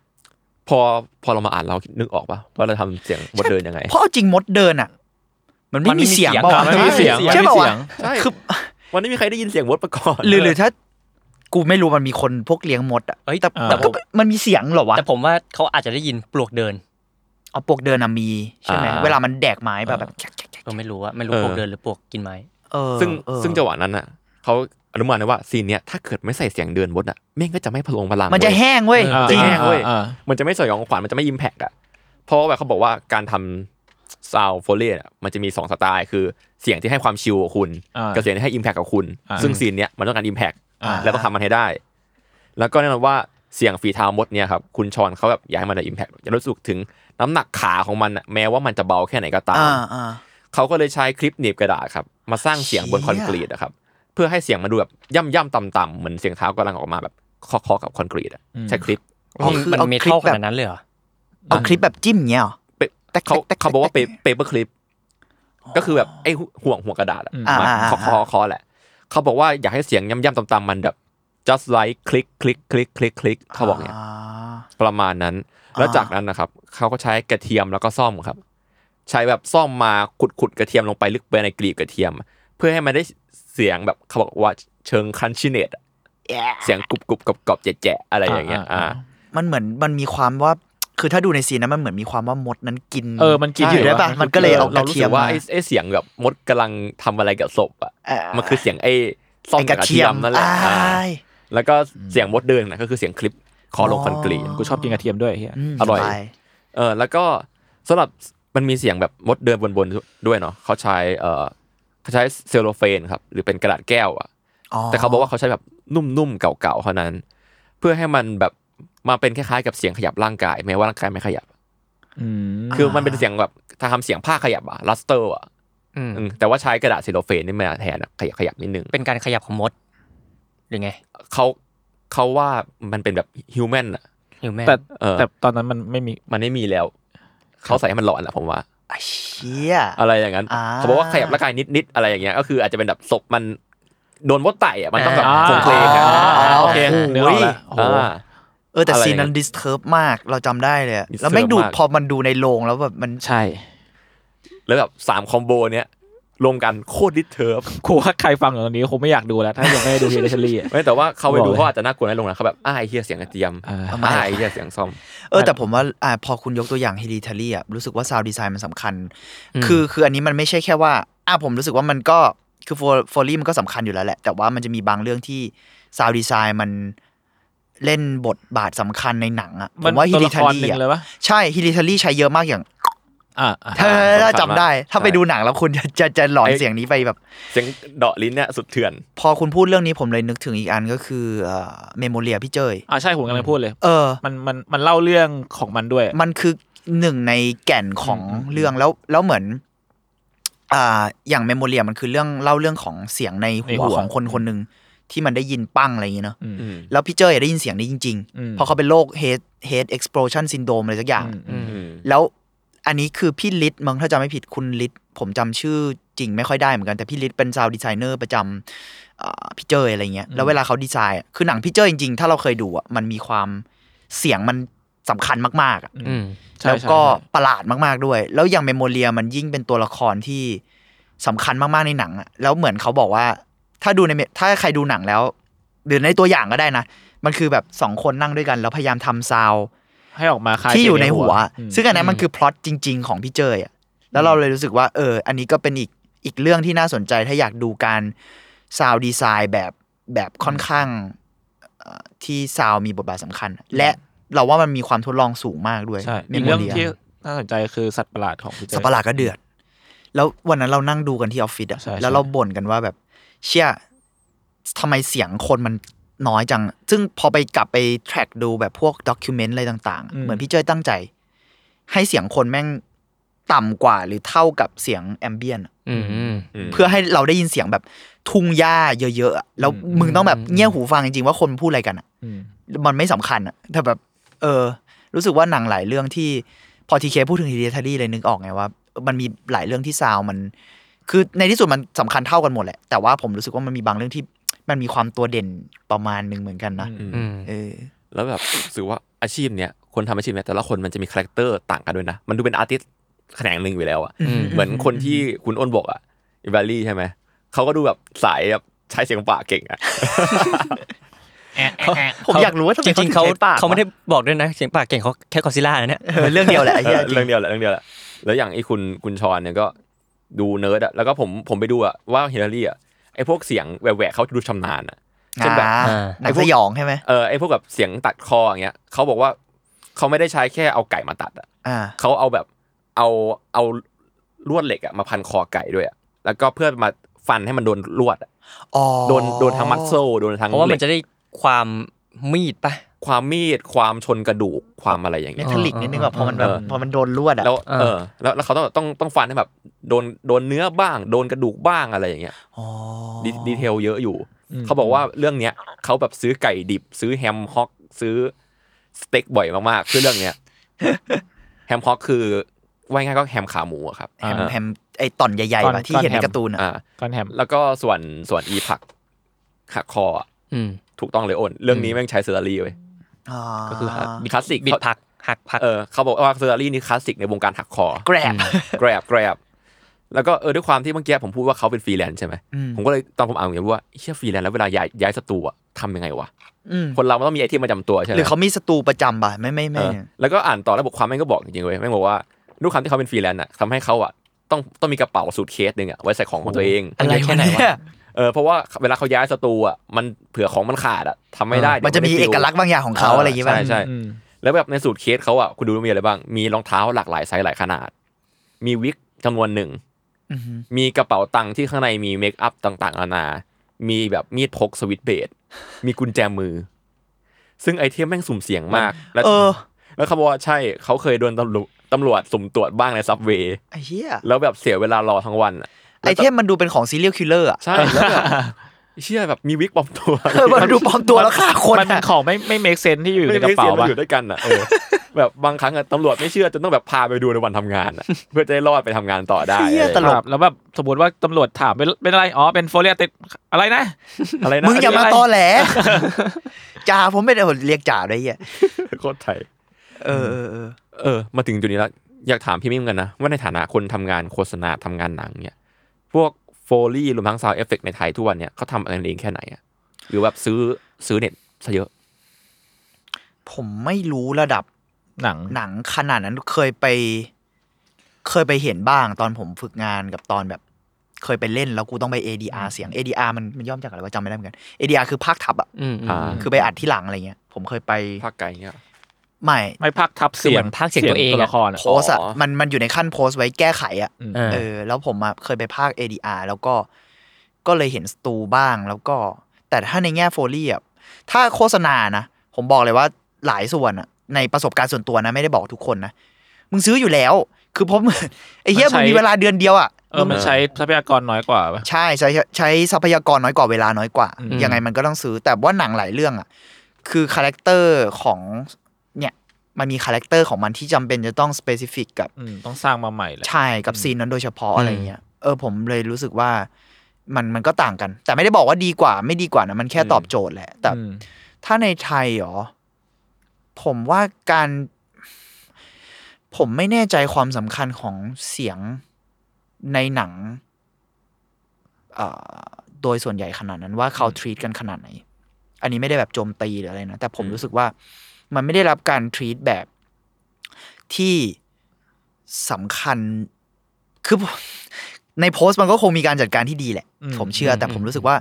พอพอเรามาอ่านเรานึกออกปะว่าเราทำเสียงมดเดินยังไง เพราะเอาจริงมดเดินอ่ะ มันไม่มีเสียงเปล่า อ่ะ วะ ไม่มีเสียงไม่ ใช่ มี เปล่า เสี วะ ยง ใช่ คือ วันนี้มีใครได้ยินเสียงมดมาก่อน หรือหรือถ้า กูไม่รู้มันมีคนพวกเลี้ยงมดอ่ะ เอ้ย แต่ แต่ แต่ แต่ผก็ม มันมีเสียงเหรอวะ แต่ผมว่าเขาอาจจะได้ยินปลวกเดิน เอาปลวกเดินอะมีใช่ไหมเวลามันแดกไม้แบบแบบ เออไม่รู้ว่าไม่รู้ปลวกเดินหรือปลวกกินไม้ เออ ซึ่ง เออ ซึ่งจังหวะนั้นน่ะเขาอนุมานนะว่าซีนเนี้ยถ้าเกิดไม่ใส่เสียงเดินมดอ่ะแม่งก็จะไม่พะลงพลัง มันจะ เว้ย แห้งเว้ย อ่า จริง อ่า เว้ย อ่า มันจะไม่สยองขวัญมันจะไม่อิมแพกอ่ะเพราะว่าแบบเขาบอกว่าการทำซาวโฟเล่มันจะมีสองสไตล์คือเสียงที่ให้ความชิลกับคุณ อ่า กับเสียงที่ให้อิมแพกกับคุณ อ่า ซึ่งซีนเนี้ยมันต้องการอิมแพก อ่า แล้วต้องทำมันให้ได้ แล้วก็แน่นอนว่าเสียงฝีเท้ามดเนี่ยครับ คุณชอนเขาแบบอยากให้มันได้อิมแพกจะรู้สึกถึงน้ำหนักขาของมันอะแม้ว่ามันจะเบาแค่ไหนก็ตาม อ่าอ่า เขาก็เลยใช้คลิปหนีบกระดาษครับ มาสร้างเสียงบน เชี่ย คอนกรีตนะครับ เพื่อให้เสียงมันดูแบบย่ำย่ำๆต่ำๆเหมือนเสียงเท้ากำลังออกมาแบบเคาะๆกับคอนกรีตอะ อืม ใช้คลิป อ๋อ มัน คือ มัน เอา เม คลิ ทัล ป ข แบบ นาดนั้นเลยเหรอ เอาคลิปแบบจิ้มอย่างเงี้ยหรอ เป็น แตก เขา แตก เขาบอกว่า แตก เปเปอร์คลิปก็คือแบบไอ้ห่วงห่วงกระดาษอะ อืม มา อ่าอ่า เคอคอ่าอคอแหละ เขาบอกว่าอยากให้เสียงย่ำๆต่ำๆมันแบบ just like คลิกคลิกคลิกคลิกคลิกเขาบอกเนี่ย อ่า ประมาณนั้น แล้วจากนั้นนะครับ เขาก็ใช้กระเทียมแล้วก็ซ่อมครับ ใช้แบบซ่อมมาขุดขุดๆกระเทียมลงไปลึกไปในกลีบกระเทียม เพื่อให้มันได้เสียงแบบเขาบอกว่าเชิงคันชิเนตอะเสียงกรุบกรุบกรอบกรอบๆแจะแจะๆอะไรอย่างเงี้ย อ่า อ่า มันเหมือนมันมีความว่า คือถ้าดูในซีนนะมันเหมือนมีความว่ามดนั้นกิน เออมันกิน ใช่ อยู่ได้ปะ มันกิน มันก็เลยเอาก เรา ระ รู้ เที สึ ยม กว่า มา ไอ้ไอ้เสียงแบบมดกำลังทำอะไรกับศพอะ เอ่อ มันคือเสียงไอ้ซ่อมกับกระเทียมนั่นแหละ อ้ อ่า าย แล้วก็เสียงมดเดินนะก็คือเสียงคลิปคอลงคอนกรีต กูชอบกินกระเทียมด้วยไอ้เฮีย ม อร่อย สบา เออแล้วก็สำหรับมันมีเสียงแบบมดเดินบนๆด้วยเนาะเขาใช้เออเขาใช้เซลโลเฟนครับหรือเป็นกระดาษแก้วอะ อ๋อ แต่เขาบอกว่าเขาใช้แบบนุ่มๆเก่าๆเท่านั้น เพื่อให้มันแบบมาเป็นคล้ายๆกับเสียงขยับร่างกายแม้ว่าร่างกายไม่ขยับ อืม คือมันเป็นเสียงแบบถ้าทำเสียงผ้าขยับอะลัสเตอร์อะ อืม อืมแต่ว่าใช้กระดาษเซลโลเฟนนี่มาแทนอะขยับขยับนิดนึง เป็นการขยับของมดหรือไง เขาเขาว่ามันเป็นแบบฮิวแมนอะ หิวแม่ แต่ เออ แต่ตอนนั้นมันไม่มี มันไม่มีแล้วเขาใส่ให้มันหลอนแหละผมว่า อ่ะเชี่ย อะไรอย่างนั้น อ่า เขาบอกว่าขยับร่างกายนิดๆอะไรอย่างเงี้ยก็คืออาจจะเป็นแบบศพมันโดนมดไต่อะมันต้องแบบ อ่า คงเพลงอะ อ่า อ๋อ โอเค โอ้โห เนื้อออกละโอ้โห อ่า เออแต่ อะไร ซีนนั้น นะ ดิสเทิร์บมากเราจำได้เลยอะ disturb แล้วแม่งดูด มาก พอมันดูในโรงแล้วแบบมัน ใช่ แล้วแบบสามคอมโบเนี้ยรวมกันโคตรดิสเทิร์บ กูว่าใครฟังอยู่ตอนนี้คงไม่อยากดูแล้ว ถ้ายังไม่ได้ดูเฮเลชลี่อ่ะ ไม่แต่ว่าเขาไป บอก ดู เลย เขาอาจจะน่ากลัวในโรงนะเขาแบบอ้าไอ้เฮียเสียงกระเทียม อ่า อ้าไอ้เฮียเสียงซอม เออแต่ผมว่าอ่าพอคุณยกตัวอย่างเฮ r ิท a รีอ่ะรู้สึกว่าซาวดีไซน์มันสำคัญ อืม คือคืออันนี้มันไม่ใช่แค่ว่าอ่ะผมรู้สึกว่ามันก็คือโฟลี่มันก็สำคัญอยู่แล้วแหละ แต่ว่ามันจะมีบางเรื่องที่ซาวดีไซน์มันเล่นบทบาทสำคัญในหนังอ่ะผมว่าเฮ ตัว r ิ ละค ท a ร รี หนึ่ง อ่ะ เลยปะ ใช่ฮิลิทารีใช้เยอะมากอย่าง อ่าอ่า ถ้าถ้าจำได้ ใช่ ถ้าไปดูหนังแล้วคุณจะจะจะหลอนเสียงนี้ไปแบบ เสียงเดาะลิ้นเนี่ยสุดเถื่อน พอคุณพูดเรื่องนี้ผมเลยนึกถึงอีกอันก็คือเมโมเรียพี่เจย อ่าใช่ผมกำลังพูดเลย เออ มันมันมันเล่าเรื่องของมันด้วย มันคือหนึ่งในแก่นของเรื่องแล้วแล้วเหมือน อ่า อย่างเมโมเรียมันคือเรื่องเล่าเรื่องของเสียงใน ใน หั หัววของคนคนหนึ่งที่มันได้ยินปั้งอะไรอย่างเงี้ยเนาะ อืม แล้วพี่เจยได้ยินเสียงนี้จริง อืม ๆเพราะเขาเป็นโรค head head explosion syndrome อะไรสักอย่าง อืม อืม อืม แล้วอันนี้คือพี่ลิศมั้งถ้าจำไม่ผิดคุณลิศผมจำชื่อจริงไม่ค่อยได้เหมือนกันแต่พี่ลิศเป็นซาวด์ดีไซเนอร์ประจำอ่าพี่เจยอะไรเงี้ยแล้วเวลาเขาดีไซน์อะคือหนังพี่เจยจริงๆ ถ้าเราเคยดูอ่ะมันมีความเสียงมันสำคัญมากๆอะ อืม ใช่ แล้วก็ ใช่ใช่ ประหลาดมากๆด้วย แล้วอย่างเมมโมเรียมันยิ่งเป็นตัวละครที่สำคัญมากๆในหนังอ่ะแล้วเหมือนเขาบอกว่า ถ้าดูในเมถ้าใครดูหนังแล้ว หรือในตัวอย่างก็ได้นะ มันคือแบบสองคนนั่งด้วยกันแล้วพยายามทำซาวด์ ให้ออกมาคล้าย ที่อยู่ในหัว อืม ซึ่งอันนั้ อื น ม มันคือพล็อตจริง ๆ ของพี่เจยอะแล้วเราเลยรู้สึกว่า เออ อันนี้ก็เป็นอีกอีกเรื่องที่น่าสนใจถ้าอยากดูการซาวดีไซน์แบบแบบค่อนข้างเอ่อที่ซาวมีบทบาทสำคัญ และเราว่ามันมีความทดลองสูงมากด้วย ใช่ ใน อีก โม เรื่อง เดีย ที่น่าสนใจคือสัตว์ประหลาดของพี่เต้ สัตว์ประหลาดก็เดือด แล้ววันนั้นเรานั่งดูกันที่ออฟฟิศอะ ใช่ใช่ แล้วเราบ่นกันว่าแบบเชี่ยทำไมเสียงคนมันน้อยจัง ซึ่งพอไปกลับไปแทร็กดูแบบพวกด็อกิเมนต์อะไรต่างๆอะเหมือนพี่เจ้ยตั้งใจ ให้เสียงคนแม่งต่ำกว่าหรือเท่ากับเสียงแอมเบียนอะ อืม ม เพื่อให้เราได้ยินเสียงแบบทุ่งหญ้าเยอะๆอะแล้วมึงต้องแบบเงี่ยหูฟังจริงๆว่าคนพูดอะไรกันอะ อืม มันไม่สำคัญอะแต่แบบ เออ รู้สึกว่าหนังหลายเรื่องที่พอทีเคพูดถึงฮีเดทารี่เลยนึกออกไงว่า มันมีหลายเรื่องที่ซาวมัน คือในที่สุดมันสำคัญเท่ากันหมดแหละ แต่ว่าผมรู้สึกว่ามันมีบางเรื่องที่มันมีความตัวเด่นประมาณหนึ่งเหมือนกันนะ อืม อืม เออ แล้วแบบรู้สึกว่าอาชีพเนี้ยคนทำอาชีพเนี้ยแต่ละคนมันจะมีคาแรคเตอร์ต่างกันด้วยนะ มันดูเป็นอาร์ติสต์แขนงหนึ่งอยู่แล้วอะ อืม เหมือนคนที่คุณอ้นบอกอะอิวาลี่ใช่ไหมเขาก็ดูแบบสายแบบใช้เสียงปากเก่งอะ ผมอยากรู้ว่าทำไม จริงๆเขา ถึใช้ปก เขาไม่ได้ วะ บอกด้วยนะเสียงปากเก่งเขาแค่กอซิล่านะเนี่ย เออเรื่องเดียวแหละไอ้เหี้ย เออเรื่องเดียวแหละเรื่องเดียวแหละแล้วอย่างไอ้คุณคุณชอนเนี่ยก็ดูเนิร์ดอะแล้วก็ผมผมไปดูอะว่าฮิลลารีอะไอ้พวกเสียงแหวะๆเขาดูชำนาญอะ เช่นแบบ อ่า อ่า หนังสยองใช่ไหม เออไอ้พวกแบบเสียงตัดคออย่างเงี้ยเขาบอกว่าเขาไม่ได้ใช้แค่เอาไก่มาตัดอะ อ่า เขาเอาแบบเอาเอาลวดเหล็กอะมาพันคอไก่ด้วยอะแล้วก็เพื่อมาฟันให้มันโดนลวดอะ อ๋อ โดนโดนทั้งมัดโซ่โดนทั้ง เพราะว่ามัน เหล็ก จะได้ความมีดปะ ความมีดความชนกระดูกความอะไรอย่าง เม เงี้ย ทัลลิกนิดนึงแบบพอมันแบบ เออ พอมันโดนลวดอ่ะ แล้ว อ่า เออแล้วแล้วเขาต้องต้องต้องฟันให้แบบโดนโดนเนื้อบ้าง โดนกระดูกบ้างอะไรอย่างเงี้ย อ๋อ ดีดีเทลเยอะอยู่ เขาบอกว่าเรื่องเนี้ยเขาแบบซื้อไก่ดิบ ซื้อแฮมฮอกซื้อสเต็กบ่อยมากๆคือเรื่องเนี้ย แฮมฮอกคือว่าง่ายๆก็แฮมขาหมูอะครับ แฮม เออ แฮมไอ้ต่อนใหญ่ๆป่ะที่เห็นในการ์ตูน อ่า อ่ะ ก้อนแฮม แล้วก็ส่วนส่วนอีผักหักคออะ อืม ถูกต้องเลยโอนเรื่องนี้แม่งใช้เซอร์รี่เว้ย อ๋อ ก็คือหัก คลาสสิก บิดผักหักผัก เออเขาบอกว่าเซอร์รี่นี่คลาสสิกในวงการหักคอ แกรบ แกรบแกรบแล้วก็เออด้วยความที่เมื่อกี้ผมพูดว่าเขาเป็นฟรีแลนซ์ใช่ไหม อืม ผมก็เลยตอนผมอ่านผมว่าเชื่อฟรีแลนซ์แล้วเวลาย้ายย้ายสตูอะทำยังไงวะ อืม คนเรามันต้องมีไอที่ประจำตัวใช่ไหม หรือเขามีสตูประจำป่ะไม่ไม่ เอ ไม่ อแล้วก็อ่านต่อแล้วบทความแม่งก็บอกจริงๆเว้ยแม่งบอกว่าด้วยความที่เขาเป็นฟรีแลนซ์อ่ะทำให้เขาอ่ะต้องต้องมีกระเป๋าสูทเคสหนึ่งอ่ะไว้ใส่ของของตัวเอง อะไร เย แค่ไหนวะ เย เออเพราะว่าเวลาเขาย้ายสตูอ่ะมันเผื่อของมันขาดอ่ะทำไม่ได้ มันจะมี ดี๋ยวไได้ฟิเอกลักษณ์บางอย่างของเขาอะไรอย่างเงี้ยป่ะ ใช่ใช่แล้วแบบในสูทเคสเขาอ่ะคุณดูว่ามีอะไรบ้าง มีรองเท้าหลากหลายไซส์หลายขนาด มีวิกจำนวนหนึ่ง อือฮึ มีกระเป๋าตังค์ที่ข้างในมีเมคอัพต่างๆนานา มีแบบมีดพกสวิตช์เบลดมีกุญแจมือ ซึ่งไอเทมแม่งสุ่มเสี่ยงมากและ เออ แล้วเขาบอกว่าใช่เขาเคยโดนตำรวจตำรวจสุ่มตรวจบ้างในซับเวย์ ไอ้เหี้ย แล้วแบบเสียเวลารอทั้งวันอะ ไอเทมมันดูเป็นของซีเรียลคิลเลอร์อ่ะ ใช่แล้วแบบ เชื่อแบบมีวิกปลอมตัว เออมันดูปลอมตัวแล้วฆ่าคน มันเป็ อะ นของไม่ไม่เมคเซนที่อยู่ใน ไม่ กระ ไม่เสี เป๋าย มา ป่ะ อยู่ด้วยกันอ่ะเออแบบบางครั้งอะตำรวจไม่เชื่อจนต้องแบบพาไปดูในวันทำงานอะเพื่อจะได้รอดไปทำงานต่อได้ เหี้ยตล ค ก รับแล้วแบบสมมติว่าตำรวจถามเป็นเป็นอะไรอ๋อเป็นโฟเลียติดอะไรนะ อะไรนะ มึงอย่ามาตอแหล จ่าผมไม่ได้เรียกจ่าด้วยไอ้เหี้ย โคตรไทย เออเออเออ เออ มาถึงจุดนี้แล้วอยากถามพี่มิ่มกันนะว่าในฐานะคนทำงานโฆษณาทำงานหนังเนี่ยพวกโฟลี่รวมทั้งซาวเอฟเฟกในไทยทุกวันเนี่ยเขาทำอะไรเองแค่ไหนอะหรือแบบซื้อซื้อเน็ตซะเยอะ ผมไม่รู้ระดับ หนัง หนังขนาดนั้นเคยไป เคยไปเห็นบ้างตอนผมฝึกงานกับตอนแบบ เคยไปเล่นแล้วกูต้องไป ADR เสียง ADR มันมันย่อมาจากอะไรวะจำไม่ได้เหมือนกัน ADR คือภาคทับอ่ะ อืมอืม อ่า คือไปอัดที่หลังอะไรเงี้ย ผมเคยไป ภาคไกลเนี่ย ไม่ ไม่พักทับคือเสียงเหมือนพากย์เสียงตัวเองอะ ละครอะ โพสอะมันมันอยู่ในขั้นโพสไว้แก้ไขอะ อืม เออ เออ แล้วผมอะเคยไปภาค ADR แล้วก็ก็เลยเห็นสตูบ้างแล้วก็ แต่ถ้าในแง่โฟลี่อะถ้าโฆษณานะผมบอกเลยว่าหลายส่วนอะในประสบการณ์ส่วนตัวนะไม่ได้บอกทุกคนนะมึงซื้ออยู่แล้ว คือเพราะมึ งไอ้เหี้ยมึงมีเวลาเดือนเดียวอะ เออมันใช้ทรัพยากรน้อยกว่าปะ ใช่ใช้ใช้ทรัพยากรน้อยกว่าเวลาน้อยกว่า อืม ยังไงมันก็ต้องซื้อ แต่ว่าหนังหลายเรื่องอ่ะ คือคาแรคเตอร์ของเนี่ยมันมีคาแรคเตอร์ของมันที่จำเป็นจะต้องสเปซิฟิกกับ อืมต้องสร้างมาใหม่แหละ ใช่กับซีนนั้นโดยเฉพาะอะไรเงี้ยเออผมเลยรู้สึกว่ามันมันก็ต่างกัน แต่ไม่ได้บอกว่าดีกว่า ไม่ดีกว่านะมันแค่ตอบโจทย์แหละ แต่ อืม ถ้าในไทยเหรอ ผมว่าการ ผมไม่แน่ใจความสำคัญของเสียงในหนังเอ่อโดยส่วนใหญ่ขนาดนั้นว่าเขาทรีตกันขนาดไหน อันนี้ไม่ได้แบบโจมตีหรืออะไรนะ แต่ผมรู้สึกว่ามันไม่ได้รับการทรีตแบบที่สำคัญ คือ ในโพสต์มันก็คงมีการจัดการที่ดีแหละ อืม ผมเชื่อ แต่ผมรู้สึกว่า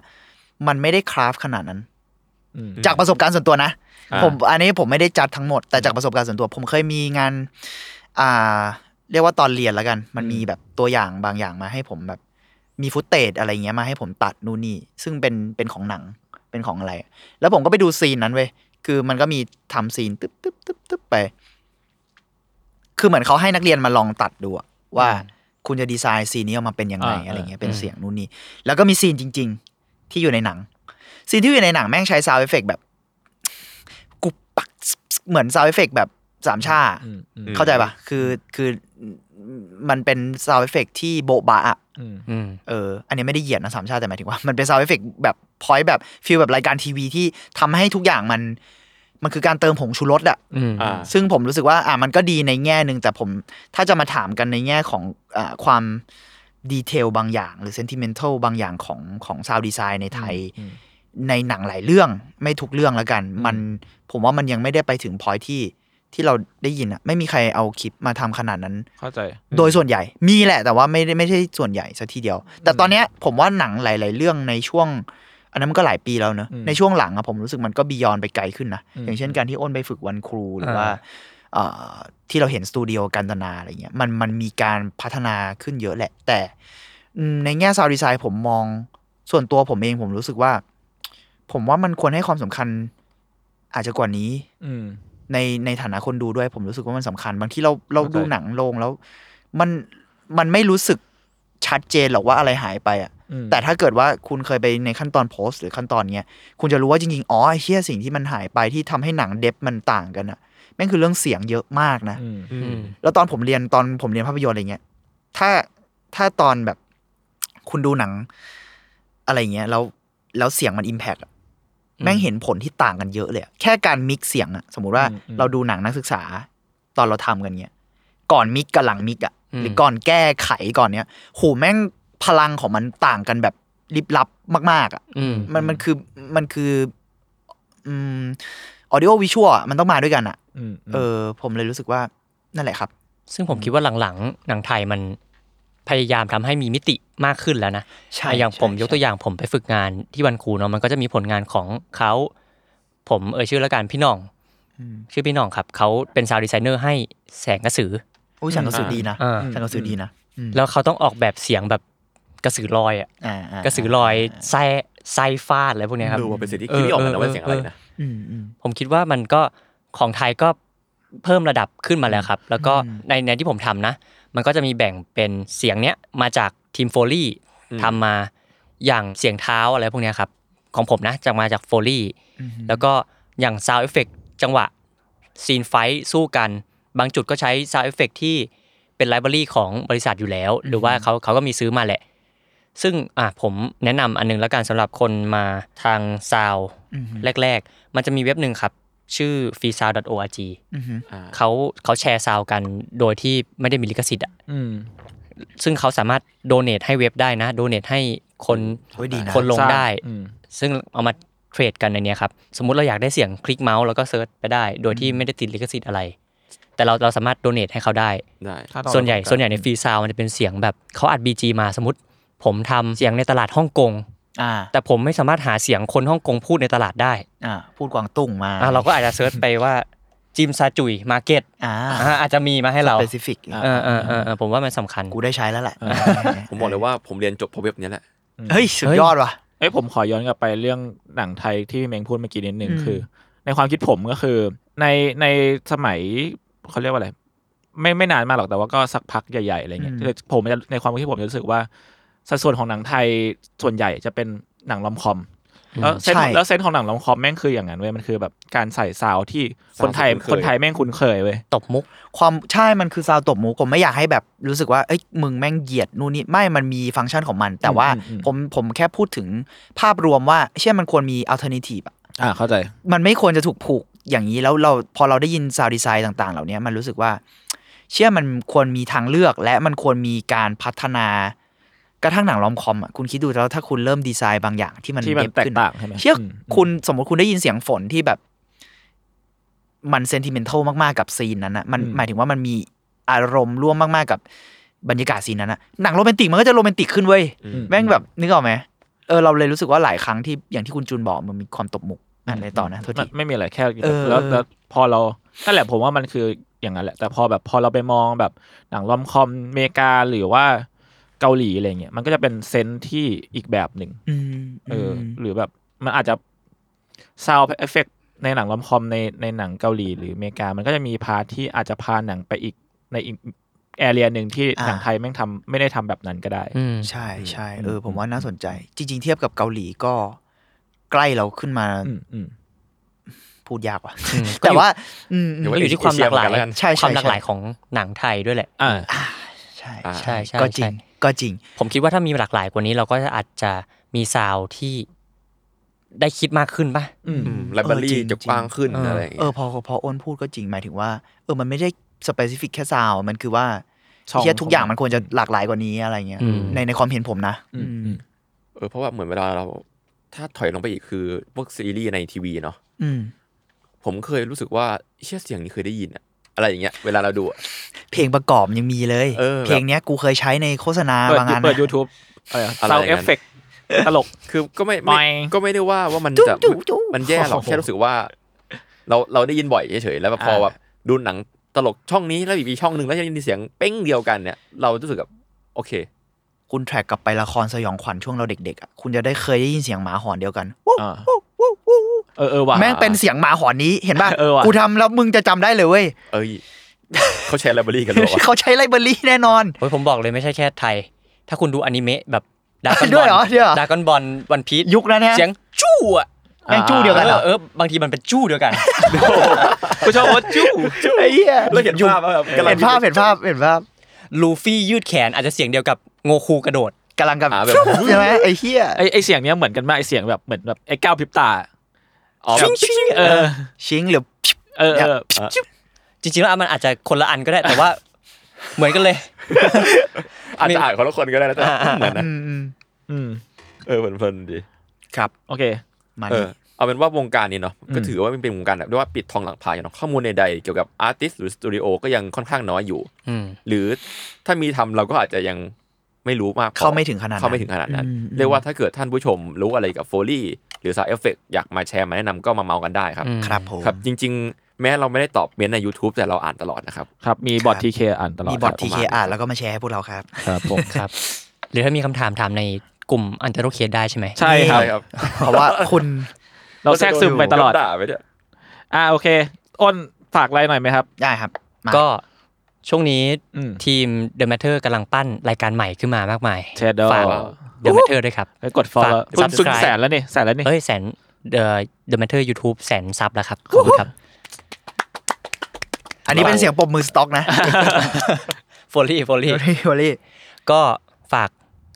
มันไม่ได้คราฟขนาดนั้น อืม จากประสบการณ์ส่วนตัวนะ อ่า ผมอันนี้ผมไม่ได้จัดทั้งหมดแต่จากประสบการณ์ส่วนตัว ผมเคยมีงาน อ่า เรียกว่าตอนเรียนแล้วกัน มันมีแบบตัวอย่างบางอย่างมาให้ผมแบบ มีฟุตเตจอะไรเงี้ยมาให้ผมตัดนู่นนี่ ซึ่งเป็นเป็นของหนังเป็นของอะไร แล้วผมก็ไปดูซีนนั้นเว้ยคือมันก็มีทำซีนตึ๊บตึ๊บตึ๊บตึ๊บไป คือเหมือนเขาให้นักเรียนมาลองตัดดูอะว่าคุณจะดีไซน์ซีนนี้ออกมาเป็นยังไง อ่า อะไรเงี้ยเป็นเสียงนู่นนี่แล้วก็มีซีนจริง ๆ ที่อยู่ในหนัง ซีนที่อยู่ในหนังแม่งใช้ซาวเอฟเฟกแบบ กุบปักซึบซึบเหมือนซาวเอฟเฟกแบบสามชา อืมอืม เข้าใจปะคือคือมันเป็นซาวเอฟเฟกที่โบะบะอะ อืม อืม เอออันนี้ไม่ได้เหยียดนะสามชาแต่หมายถึงว่า มันเป็นซาวเอฟเฟกแบบพอยต์แบบฟีลแบบรายการทีวีที่ทำให้ทุกอย่างมัน มันคือการเติมผงชูรสอะ อืม อ่า ซึ่งผมรู้สึกว่าอ่ะมันก็ดีในแง่หนึ่งแต่ผมถ้าจะมาถามกันในแง่ของอาความดีเทลบางอย่าง หรือเซนติเมนทัลบางอย่างของของซาวดีไซน์ในไทย อืม ในหนังหลายเรื่องไม่ทุกเรื่องแล้วกัน มันผมว่ามันยังไม่ได้ไปถึงพอยที่ที่เราได้ยินอะไม่มีใครเอาคลิปมาทำขนาดนั้น เข้าใจ โดยส่วนใหญ่มีแหละแต่ว่าไม่ได้ไม่ใช่ส่วนใหญ่ซะทีเดียว แต่ตอนเนี้ยผมว่าหนังหลาย ๆ เรื่องในช่วง อันนั้นมันก็หลายปีแล้วเนอะ อืม ในช่วงหลังอะผมรู้สึกมันก็บียอนไปไกลขึ้นนะ อืม อย่างเช่นการที่อ้นไปฝึกวันครูหรือว่าเอ่อที่เราเห็นสตูดิโอกันตนาอะไรเงี้ยมันมันมีการพัฒนาขึ้นเยอะแหละ แต่อืมในแง่ซาวดีไซน์ผมมองส่วนตัวผมเองผมรู้สึกว่า ผมว่ามันควรให้ความสำคัญอาจจะกว่านี้ อืม ในในฐานะคนดูด้วยผมรู้สึกว่ามันสำคัญ บางที่เราเรา เข้าใจ ดูหนังโรงแล้ว มันมันไม่รู้สึกชัดเจนหรอกว่าอะไรหายไปอ่ะ อืม แต่ถ้าเกิดว่าคุณเคยไปในขั้นตอนโพสหรือขั้นตอนเนี้ยคุณจะรู้ว่าจริงๆอ๋อไอ้เฮียสิ่งที่มันหายไปที่ทำให้หนังเดฟมันต่างกันอ่ะแม่งคือเรื่องเสียงเยอะมากนะ อืม อืม แล้วตอนผมเรียนตอนผมเรียนภาพยนตร์อะไรเงี้ย ถ้าถ้าตอนแบบคุณดูหนังอะไรเงี้ยแล้วแล้วเสียงมันอิมแพกแม่งเห็นผลที่ต่างกันเยอะเลยอะแค่การมิกเสียงอะสมมุติว่า อืมอืม เราดูหนังนักศึกษา ตอนเราทำกันเนี้ยก่อนมิกกับหลังมิกอะ อืม หรือก่อนแก้ไขก่อนเนี้ยโหแม่งพลังของมันต่างกันแบบลิบลับมาก ๆอะ อืม มันมันคือมันคืออืมออดิโอวิชวลมันต้องมาด้วยกันอะ อืม เออ ผมเลยรู้สึกว่านั่นแหละครับ ซึ่งผมคิดว่าหลังๆ หนังไทยมันพยายามทำให้มีมิติมากขึ้นแล้วนะ ใช่ อ่ะอย่าง ใช่ ผมยก ใช่ ตัวอย่างผมไปฝึกงานที่วันครูเนาะมันก็จะมีผลงานของเขา ผมเอ่ยชื่อละกันพี่หน้อง อืม ชื่อพี่หน้องครับ เขาเป็นซาวด์ดีไซเนอร์ให้แสงกระสือ อุ้ยฉันกระสือดีนะ อ่า อืม ฉันกระสือดีนะอืม แล้วเขาต้องออกแบบเสียงแบบกระสือลอยอ่ะ อ่าาาก ระสือลอยไส้ไส้ฟาดอะไรพวกเนี้ยครับ ดูว่าเป็นสิ่งที่คิดไม่ออกนะว่าเสียงอะไรนะ อืมอืม ผมคิดว่ามันก็ของไทยก็เพิ่มระดับขึ้นมาแล้วครับ แล้วก็ อืม ในในที่ผมทำนะ มันก็จะมีแบ่งเป็นเสียงเนี้ยมาจากทีมโฟลี่ อืม ทำมาอย่างเสียงเท้าอะไรพวกเนี้ยครับ ของผมนะจะมาจากโฟลี่ อืม แล้วก็อย่างซาวเอฟเฟกจังหวะซีนไฟท์สู้กัน บางจุดก็ใช้ซาวเอฟเฟกที่เป็นไลบรารีของบริษัทอยู่แล้ว หรือว่าเขาเขาก็มีซื้อมาแหละ ซึ่งอ่ะผมแนะนำอันหนึงแล้วกันสำหรับคนมาทางซาว อืม แรก ๆ มันจะมีเว็บหนึ่งครับ ชื่อ f r e e s o u n d org อืม อ่า เขาเขาแชร์ซาวด์กันโดยที่ไม่ได้มีลิขสิทธิ์อ่ะ อืม ซึ่งเขาสามารถโดเน a ให้เว็บได้นะ โดเน a ให้คน โอ้ยดีนะ คนลงได้ อืม ซึ่งเอามาเทรดกันในเนี้ยครับ สมมุติเราอยากได้เสียงคลิกเมาส์เราก็เซิร์ชไปได้ โดยที่ไม่ได้ติดลิขสิทธิ์อะไร แต่เราเราสามารถโดเน a ให้เขาได้ ได้ ส่วนใหญ่ส่วนใหญ่ในฟรีซาวมันจะเป็นเสียงแบบเขาอัด BG มาสมมติ ผมทำเสียงในตลาดฮ่องกง อ่า แต่ผมไม่สามารถหาเสียงคนฮ่องกงพูดในตลาดได้ อ่าพูดกวางตุ้งมา อ่ะเราก็อาจจะเซิร์ชไปว่า จิมซาจุยมาร์เก็ต อ่า อาจจะมีมาให้เรา สเปซิฟิก อ่ะ เออเออเออเออผมว่ามันสำคัญ กูได้ใช้แล้วแหละ ผมบอกเลยว่าผมเรียนจบเพราะเว็บเนี้ยแหละ เฮ้ย สุดยอดว่ะ เอ้ยผมขอย้อนกลับไปเรื่องหนังไทยที่พี่เมงพูดเมื่อกี้นิดนึง อืม คือ ในความคิดผมก็คือ ในในสมัยเขาเรียกว่าอะไร ไม่ไม่นานมากหรอกแต่ว่าก็สักพักใหญ่ๆอะไรเงี้ยที่ผมจะในความคิดผมจะรู้สึกว่าสัดส่วนของหนังไทยส่วนใหญ่จะเป็นหนังลอมคอมแล้วเซน ใช่ ส์แล้วเซนส์ของหนังลอมคอมแม่งคืออย่างนั้นเว้ยมันคือแบบการใส่ซาวด์ที่คนไทย ซาวด์ที่คคุ้นเคยนไทยแม่งคุ้นเคยเว้ย ตบมุก ความใช่มันคือซาวตบหมูผมไม่อยากให้แบบรู้สึกว่าเอ้ยมึงแม่งเหยียดนู่นนี่ไม่มันมีฟังก์ชันของมัน แต่ว่า อืมอืม ผมผมแค่พูดถึงภาพรวมว่า เชื่อมันควรมีอัลเทอร์เนทีฟอะ อ่าเข้าใจ มันไม่ควรจะถูกผูกอย่างนี้แล้วเราพอเราได้ยินซาวดีไซน์ต่างๆ เหล่านี้มันรู้สึกว่า เชื่อมันควรมีทางเลือกและมันควรมีการพัฒนากระทั่งหนังลอมคอมอะคุณคิดดูแล้วถ้าคุณเริ่มดีไซน์บางอย่างที่มัน ที่มัน เย็บ แตก ขึ้น ต่างใช่ไหม เชื่ออ ม คุณสมมติคุณได้ยินเสียงฝนที่แบบ มันเซนติเมนทัลมาก ๆ กับซีนนั้นนะมันหมายถึงว่ามันมีอารมณ์ร่วมมาก ๆ กับบรรยากาศซีนนั้นนะหนังโรแมนติกมันก็จะโรแมนติกขึ้นเว้ย อืม แม่งแบบนึกออกไหมเออเราเลยรู้สึกว่าหลายครั้งที่อย่างที่คุณจูนบอกมันมีความตบมุกอะไรต่อนะโทษ มั ที นไม่มีอะไรแค่ เออ แล้วแล้วพอเรานั่นแหละผมว่ามันคืออย่างนั้นแหละ แต่พอแบบพอเราไปมองแบบหนังรอมคอมอเมริกาหรือว่าเกาหลีอะไรเงี้ยมันก็จะเป็นเซนส์ที่อีกแบบหนึ่ง อืม เอออหรือแบบมันอาจจะซาวเอฟเฟกในหนังรอมคอมในในหนังเกาหลีหรืออเมริกา มันก็จะมีพาร์ทที่อาจจะพาหนังไปอีกในอีกแอเรียหนึ่งที่หนังไทยแม่งทำไม่ได้ทำแบบนั้นก็ได้ อืม ใช่ใช่เออ ผมว่าน่าสนใจ จริง ๆ เทียบกับเกาหลีก็ใกล้เราขึ้นมา อืมอืม พูดยากว่ะ อืม แต่ว่า อืม เดี๋ยว ก็ ไว้ อยู่ที่ความหลากหลาย เอเชียเหมือนกันแล้วกัน ใช่ ควา ใช่ มหลากหลาย ใช่ ของหนังไทยด้วยแหละ อ่า ใช่ ใช่ใช่ ก็จริ ใช่ งก็จริง ผมคิดว่าถ้ามีหลากหลายกว่านี้เราก็อาจจะมีซาวด์ที่ได้คิดมากขึ้นป่ะ อืม ไลบรารี เออจริง จะกว้างขึ้น จริง อะไรอย่างเงี้ย เออพอพออ้นพูดก็จริงหมายถึงว่าเออมันไม่ได้สเปซิฟิกแค่ซาวมันคือว่า ช่อง เทียทุกอย่างมันควรจะหลากหลายกว่านี้อะไรเงี้ย อืม ในในความเห็นผมนะ อืม อื อื ม ม เออเพราะว่าเหมือนเวลาเราถ้าถอยลงไปอีกคือพวกซีรีส์ในทีวีเนาะ อืม ผมเคยรู้สึกว่าเชื่อเสียงนี้เคยได้ยินอะอะไรอย่างเงี้ยเวลาเราดูอะ เพลงประกอบยังมีเลย เออแบบ เพลงเนี้ยกูเคยใช้ในโฆษณา เปิด บางงาน เปิด นะ ยูทูบอะไร อะไร ซาวเออย่าง ฟ นั้น เฟกตลก คือก็ไม่ ไม่ ไม่ก็ไม่ได้ว่าว่ามัน จุ๊บ จะ จุ๊บจุ๊บ มันแย่หรอกแค่รู้สึกว่า เราเราได้ยินบ่อยเฉยๆแล้วแบบพอแบบดูหนังตลกช่องนี้แล้วอีกช่องหนึ่งแล้วยังได้ยินเสียงเป้งเดียวกันเนี่ย เรารู้สึกแบบโอเค คุณแทร็กกลับไปละครสยองขวัญช่วงเราเด็กๆอ่ะคุณจะได้เคยได้ยินเสียงหมาหอนเดียวกันวู้ อ่า วู้วู้วู้วู้ เออเออว่ะ แม่งเป็นเสียงหมาหอนนี้เห็นป่ะ เออว่ะ กูทำแล้วมึงจะจำได้เลยเว้ย เอ้ยเขาแชร์ไลบรารีกันหรอวะ เขาใช้ไลบรารีแน่นอน โอ้ยผมบอกเลยไม่ใช่แค่ไทย ถ้าคุณดูอนิเมะแบบดากอนบ ด้ อ วลยเหรอเดี๋ยวเหรอ ดากอนบอลวันพีช ยุคนั้นนะ เสียงจู้อะ แม่งจู้เดียวกันเหรอ เออบางทีมันเป็นจู้เดียวกัน กูชอบว่าจู้ ไอ้เหี้ย แล้วเห็นภาพว่าแบบกำลัง เห็นภาพเห็นภาพเห็นภาพ ลูฟี่ยืดแขนอาจจะเสียงเดียวกับโงคูกระโดด กำลังกับ หาแบบ ใช่ไหมไอ้เฮีย ไอไอเสียงเนี้ยเหมือนกันมากไอเสียงแบบเหมือนแบบไอก้าวพริบตา อ๋อแบบ เออ ชิงหรือ เออเออ จริงๆแล้วมันอาจจะคนละอันก็ได้แต่ ว่า เหมือนกันเลย อาจจะอ่านคนละคนก็ได้นะแต่เหมือนนะ อืม เออเพลินๆดี โอเค มัน เออเอาเป็นว่าวงการนี้เนาะก็ถือว่ามันเป็นวงการแบบเรียกว่าปิดทองหลังพายเนาะข้อมูลใดๆเกี่ยวกับอาร์ติสหรือสตูดิโอก็ยังค่อนข้างน้อยอยู่ อืม หรือถ้ามีทำเราก็อาจจะยังไม่รู้มากพอ เข้าไม่ถึงขนาดนั้น เข้าไม่ถึงขนาดนั้น อืม เรียกว่าถ้าเกิดท่านผู้ชมรู้อะไรกับโฟลี่หรือซาเอฟเฟกอยากมาแชร์มาแนะนำก็มาเมากันได้ครับ อืม ครับผม ครับจริง ๆ แม้เราไม่ได้ตอบเมนต์ใน YouTube แต่เราอ่านตลอดนะครับ ครับมีบอททีเคอ่านตลอด มีบอท ครั ทีเคอ่านแล้วก็มาแชร์ให้พวกเราครับ ครับผม ครับ หรือถ้ามีคำถามถามในกลุ่มอันเตโรเคสได้ใช่ไหม ใช่ครับ ใช่ครับ เพราะว่าคุณ เราแทรกซึมไปตลอด โนด่าไปด้วย อ่าโอเค อ้นฝากอะไรหน่อยไหมครับ ได้ครับ มา ก็ช่วงนี้ อืม ทีม The Matter กำลังปั้นรายการใหม่ขึ้นมามากมาย Shadow ฝาก The Matter ด้วยครับ แล้วกด follow ฝาก คุณซึ่ง subscribe แสนแล้วนี่แสนแล้วนี่ เอ้ยแสน The The Matter YouTube แสนซับแล้วครับ ขอบคุณครับ อันนี้เป็นเสียงปมมือสต็อกนะ โฟลี่โฟลี่ โรี่โรี่ ก็ฝาก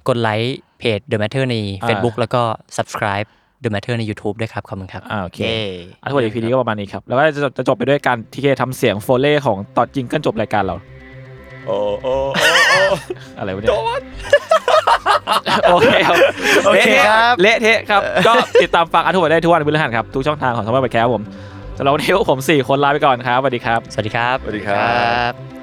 กดไลค์เพจ The Matter ใน Facebook แล้วก็ subscribe The Matter ใน YouTube ด้วยครับ ขอบคุณครับ อ่าโอเคอันทั้งหมด EP นี้ก็ประมาณนี้ครับ แล้วก็จะจบจะจบไปด้วยการทีเคทำเสียงโฟเล่ของตอนจิงเกิลจบรายการเรา โอ้โอ้โอ้โอ้ อะไรวะเนี่ยโอเคครับ โอเคครับ เละเทะครับ ก็ติดตามฟังอัทวดได้ทุกวันพฤหัสครับ ทุกช่องทางของสมาร์ทแคร์ผมสำหรับวันนี้พวกผม 4 คนลาไปก่อนครับสวัสดีครับ สวัสดีครับ สวัสดีครับ